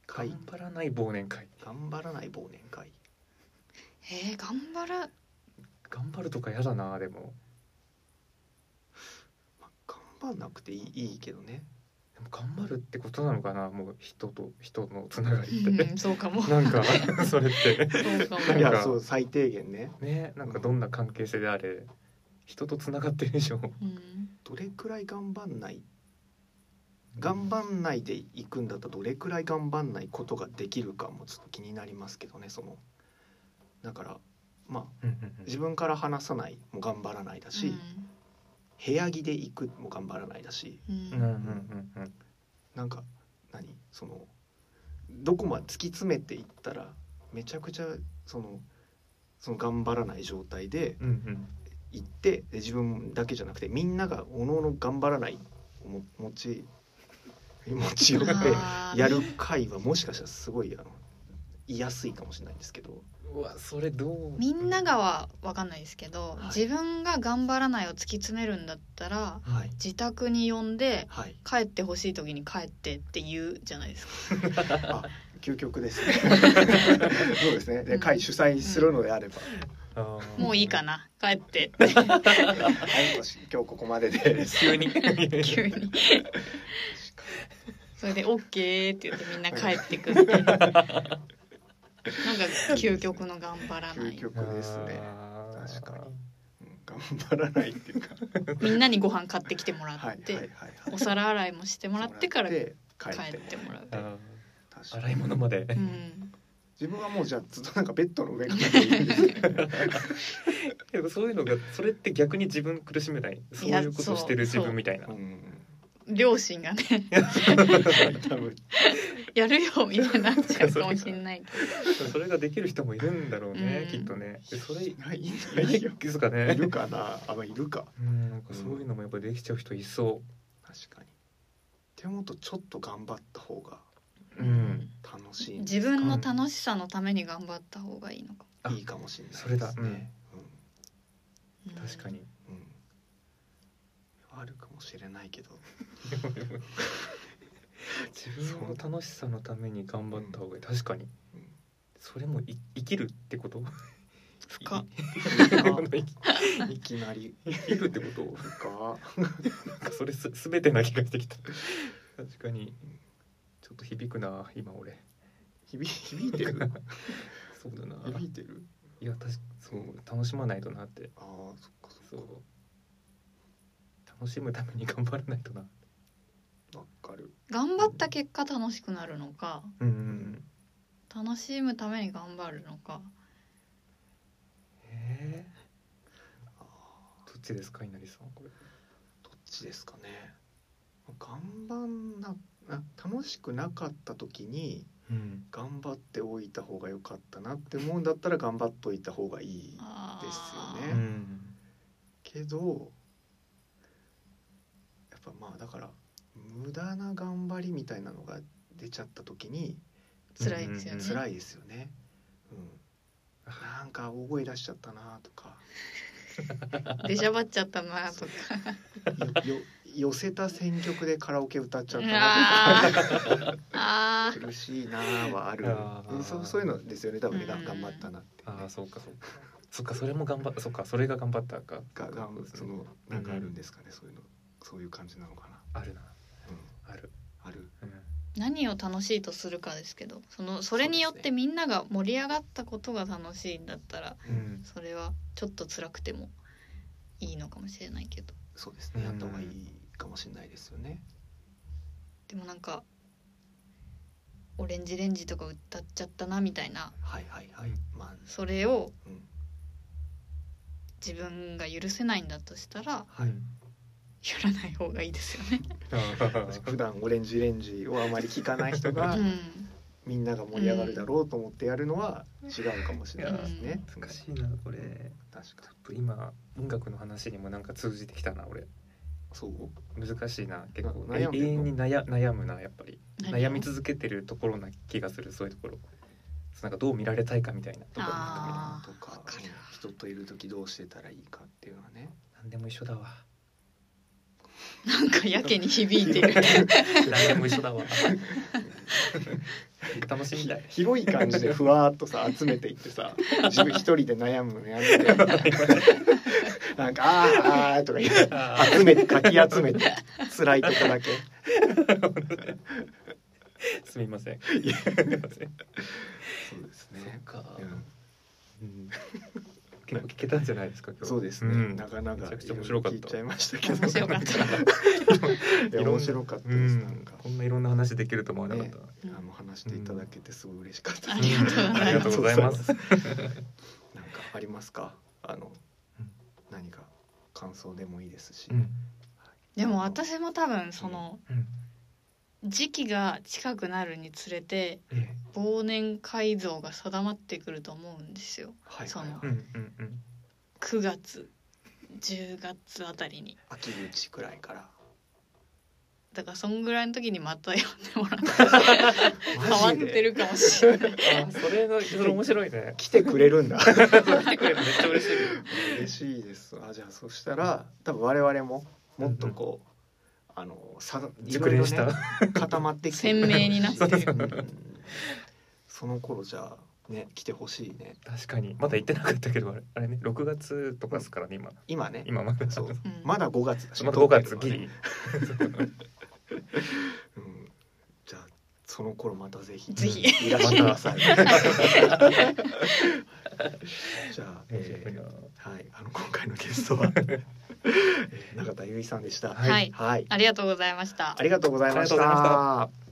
Speaker 2: 会
Speaker 1: 頑張らない忘年会
Speaker 2: 頑張らない忘年会
Speaker 3: えー、頑張ら
Speaker 1: 頑張るとかやだなでも
Speaker 2: まあ頑張んなくていいいいけどね
Speaker 1: でも頑張るってことなのかなもう人と人のつながりって、
Speaker 3: うんそうかもそ
Speaker 1: なんかそれって
Speaker 3: うかも
Speaker 1: なん
Speaker 2: い
Speaker 1: か
Speaker 2: やそう最低限ね
Speaker 1: ねなんかどんな関係性であれ人とつながってるでしょ
Speaker 3: うん
Speaker 2: どれくらい頑張んない頑張んないで行くんだったらどれくらい頑張んないことができるかもちょっと気になりますけどねそのだからまあ
Speaker 1: うんうんうん
Speaker 2: 自分から話さないも頑張らないだし、部屋着で行くも頑張らないだし、
Speaker 3: うんう
Speaker 1: うんうん
Speaker 3: ん
Speaker 1: うんうん
Speaker 2: なんか何そのどこまで突き詰めていったらめちゃくちゃそのその頑張らない状態で
Speaker 1: うんうん
Speaker 2: 行ってで自分だけじゃなくてみんながおのおの頑張らないをも持ち 持ち寄って
Speaker 3: あー
Speaker 2: やる会はもしかしたらすごいあの言いやすいかもしれないんですけど
Speaker 1: うわそれどう
Speaker 3: みんながは分かんないですけど、
Speaker 2: はい
Speaker 3: 自分が頑張らないを突き詰めるんだったら
Speaker 2: はい
Speaker 3: 自宅に呼んで
Speaker 2: はい
Speaker 3: 帰ってほしい時に帰ってって言うじゃないですか。
Speaker 2: 究極です ねそうですねで会主催するのであれば
Speaker 1: あー
Speaker 3: もういいかな帰ってって
Speaker 2: はい今日ここまでです
Speaker 1: 急 に
Speaker 3: 急にそれで OK って言ってみんな帰ってくみたいななんか究極の頑張らな
Speaker 2: 究
Speaker 3: い
Speaker 2: 極ですね
Speaker 1: あー
Speaker 2: 確かにうん頑張らないっていうか
Speaker 3: みんなにご飯買ってきてもらって、
Speaker 2: はいはいはいはい
Speaker 3: お皿洗いもしてもらってから帰
Speaker 2: 帰
Speaker 3: ってもらう。
Speaker 1: あー
Speaker 2: 確かに
Speaker 1: 洗い物まで
Speaker 3: うん
Speaker 2: 自分はもうじゃあずっとなんかベッドの上 からいるんですけど
Speaker 1: でもそういうのがそれって逆に自分苦しめないそういうことしてる自分みたいな
Speaker 2: うん
Speaker 3: 両親がね
Speaker 2: 多分
Speaker 3: やるよみたいになっちゃうかもしれないけ
Speaker 1: それができる人もいるんだろうね、
Speaker 3: うん
Speaker 1: きっとねでそれ
Speaker 2: い
Speaker 1: い
Speaker 2: ないいないよ
Speaker 1: るですか
Speaker 2: い
Speaker 1: ね
Speaker 2: るかなあまあいるか
Speaker 1: うんなんかそういうのもやっぱできちゃう人いそ
Speaker 2: 確かにって思うとちょっと頑張った方が
Speaker 1: う、
Speaker 3: ど、
Speaker 1: うん、
Speaker 2: 楽しい
Speaker 3: 自分の楽しさのために頑張った方がいいのかも、
Speaker 1: あ
Speaker 2: いいかもしれないですね
Speaker 1: それだうん
Speaker 3: うん
Speaker 1: 確かに
Speaker 2: うんうんあるかもしれない けど
Speaker 1: でも自分の楽しさのために頑張った方がいい確かに
Speaker 2: うん
Speaker 1: それもい生きるってこと
Speaker 3: 深っ
Speaker 1: い
Speaker 2: いきなり
Speaker 1: 生きるってこと
Speaker 2: か
Speaker 1: なんかそれす全てな気がしてきた確かにちょっと響くな今俺
Speaker 2: 響響いてる
Speaker 1: そうだな
Speaker 2: 響いてる
Speaker 1: いや確かそう楽しまないとなって
Speaker 2: ああそっか
Speaker 1: そ
Speaker 2: そ
Speaker 1: う
Speaker 2: っ
Speaker 1: 楽しむために頑張らないとな
Speaker 2: かわかる
Speaker 3: 頑張った結果楽しくなるのか
Speaker 1: うん、
Speaker 3: 楽しむために頑張るのか
Speaker 1: え
Speaker 2: ああ
Speaker 1: ー、どっちですか稲荷さんこれ
Speaker 2: どっちですかね頑張んなあ楽しくなかった時に
Speaker 1: うん
Speaker 2: 頑張っておいた方が良かったなって思うんだったら頑張っといた方がいい
Speaker 3: あ
Speaker 2: です
Speaker 1: う
Speaker 2: よ
Speaker 3: ー
Speaker 2: ね
Speaker 1: ん
Speaker 2: けどやっぱまあだから無駄な頑張りみたいなのが出ちゃった時に
Speaker 3: 辛いですよね、
Speaker 1: うん
Speaker 2: 辛いですよね、うん、
Speaker 1: あ
Speaker 2: なんか大声出しちゃったなとか
Speaker 3: 出しゃばっちゃったなとか
Speaker 2: よよ寄せた選曲でカラオケ歌っちゃったな
Speaker 3: あーあ
Speaker 2: とか苦しいなはある
Speaker 1: あー
Speaker 2: うんそうそういうのですよね多分ねが
Speaker 3: うん
Speaker 2: 頑張ったなってね、
Speaker 1: あーそうかそうかそっかそれも頑張そっかそれが頑張ったか
Speaker 2: ががんその
Speaker 1: うん
Speaker 2: なんかあるんですかねそういうのそういう感じなのかな、
Speaker 1: あるな
Speaker 2: うん、
Speaker 1: ある、
Speaker 2: ある
Speaker 1: うん、
Speaker 3: ー何を楽しいとするかですけどそのそれによってみんなが盛り上がったことが楽しいんだったら
Speaker 1: うん
Speaker 3: それはちょっと辛くてもいいのかもしれないけど
Speaker 2: そうですね
Speaker 1: うん
Speaker 2: やった方がいいかもしれないですよね
Speaker 3: でもなんか「オレンジレンジ」とか歌っちゃったなみたいな
Speaker 2: はいはいはい、まあ
Speaker 3: それを
Speaker 2: うん
Speaker 3: 自分が許せないんだとしたら
Speaker 2: はい、
Speaker 3: やらない方がいいですよね。
Speaker 2: 普段オレンジレンジをあまり聞かない人が
Speaker 3: うん、
Speaker 2: みんなが盛り上がるだろうと思ってやるのは違うかもしれないですね、うん
Speaker 1: 難しいなこれ
Speaker 2: 確かに
Speaker 1: 今音楽の話にもなんか通じてきたな俺
Speaker 2: そう
Speaker 1: 難しいな結構
Speaker 2: な
Speaker 1: 永
Speaker 2: 悩んでん
Speaker 1: 遠
Speaker 2: の
Speaker 1: に悩悩むなやっぱり
Speaker 3: 何を
Speaker 1: 悩み続けてるところな気がするそういうところそうなんかどう見られたいかみたいなところ
Speaker 2: と
Speaker 1: なんかみたいな
Speaker 3: あ
Speaker 2: か
Speaker 3: ーわかる
Speaker 2: うん人といる時どうしてたらいいかっていうのはね
Speaker 1: 何でも一緒だわ
Speaker 3: なんかやけに響いてる。
Speaker 1: 何でも一緒だ わ楽しみたい
Speaker 2: 広い感じでふわーっとさ集めていってさ自分一人で悩むのやめてなんか「あーあー」とか言って
Speaker 1: あ
Speaker 2: 集めてかき集めて辛いとこだけ
Speaker 1: ーすみません
Speaker 2: いや
Speaker 1: すみません
Speaker 2: そうです
Speaker 1: そっか、
Speaker 2: う
Speaker 1: う
Speaker 2: ん
Speaker 1: ん結構聞けたんじゃないですか今日
Speaker 2: そうですね、
Speaker 1: ん
Speaker 2: なかな
Speaker 1: め
Speaker 2: か
Speaker 1: ちゃくちゃ面白かった
Speaker 2: いろいろ聞いちゃいましたけど
Speaker 3: 面白かった。
Speaker 2: いや面白かったです、
Speaker 1: うん
Speaker 2: なんか、
Speaker 1: こんないろんな話できると思わなかった、
Speaker 2: ねあの話していただけてすごい嬉しかった
Speaker 3: ありがとうございます
Speaker 1: ありがとうございます
Speaker 2: なんかありますかあの、
Speaker 1: うん
Speaker 2: 何か感想でもいいですし、
Speaker 1: うん
Speaker 3: でも私も多分その時期が近くなるにつれて
Speaker 1: うんえ
Speaker 3: 忘年改造が定まってくると思うんですよ。
Speaker 2: はい
Speaker 3: その
Speaker 1: えうんうんうん
Speaker 3: 9月、10月あたりに。
Speaker 2: 秋口くらいから
Speaker 3: だからそんぐらいの時にまた呼んでもらって変わ
Speaker 2: マ
Speaker 3: っ
Speaker 2: ジで
Speaker 3: てるかもしれ ない。
Speaker 1: あそれのそれ面白いね
Speaker 2: 来てくれるんだ
Speaker 1: 来てくれるのめっちゃ嬉しい
Speaker 2: 嬉しいですあじゃあそしたら多分我々ももっとこう、あのさいろ
Speaker 1: 熟
Speaker 2: いろ
Speaker 1: 練
Speaker 2: ね
Speaker 1: した
Speaker 2: 固まってきて
Speaker 3: 鮮明になって
Speaker 2: う
Speaker 3: る
Speaker 2: ん その頃じゃあね来てほしいね
Speaker 1: 確かにまだ行ってなかったけどあれあれね6月とかですからね今
Speaker 2: 今ね
Speaker 1: 今まだ
Speaker 2: そう
Speaker 3: うん
Speaker 2: まだ5月だし
Speaker 1: まだ5月
Speaker 2: 撮って
Speaker 1: ギ
Speaker 2: るのはね
Speaker 1: リ
Speaker 2: うんじゃあその頃またぜひ
Speaker 3: ぜひ
Speaker 2: いらしてくだ さい。じゃあ、
Speaker 1: え
Speaker 2: え
Speaker 1: え
Speaker 2: ーはいあの今回のゲスト はえー永田由衣さんでした。
Speaker 1: はい
Speaker 3: はい。
Speaker 2: はい、
Speaker 3: ありがとうございました
Speaker 2: あ。りがとうございまし。
Speaker 1: ありがとうございました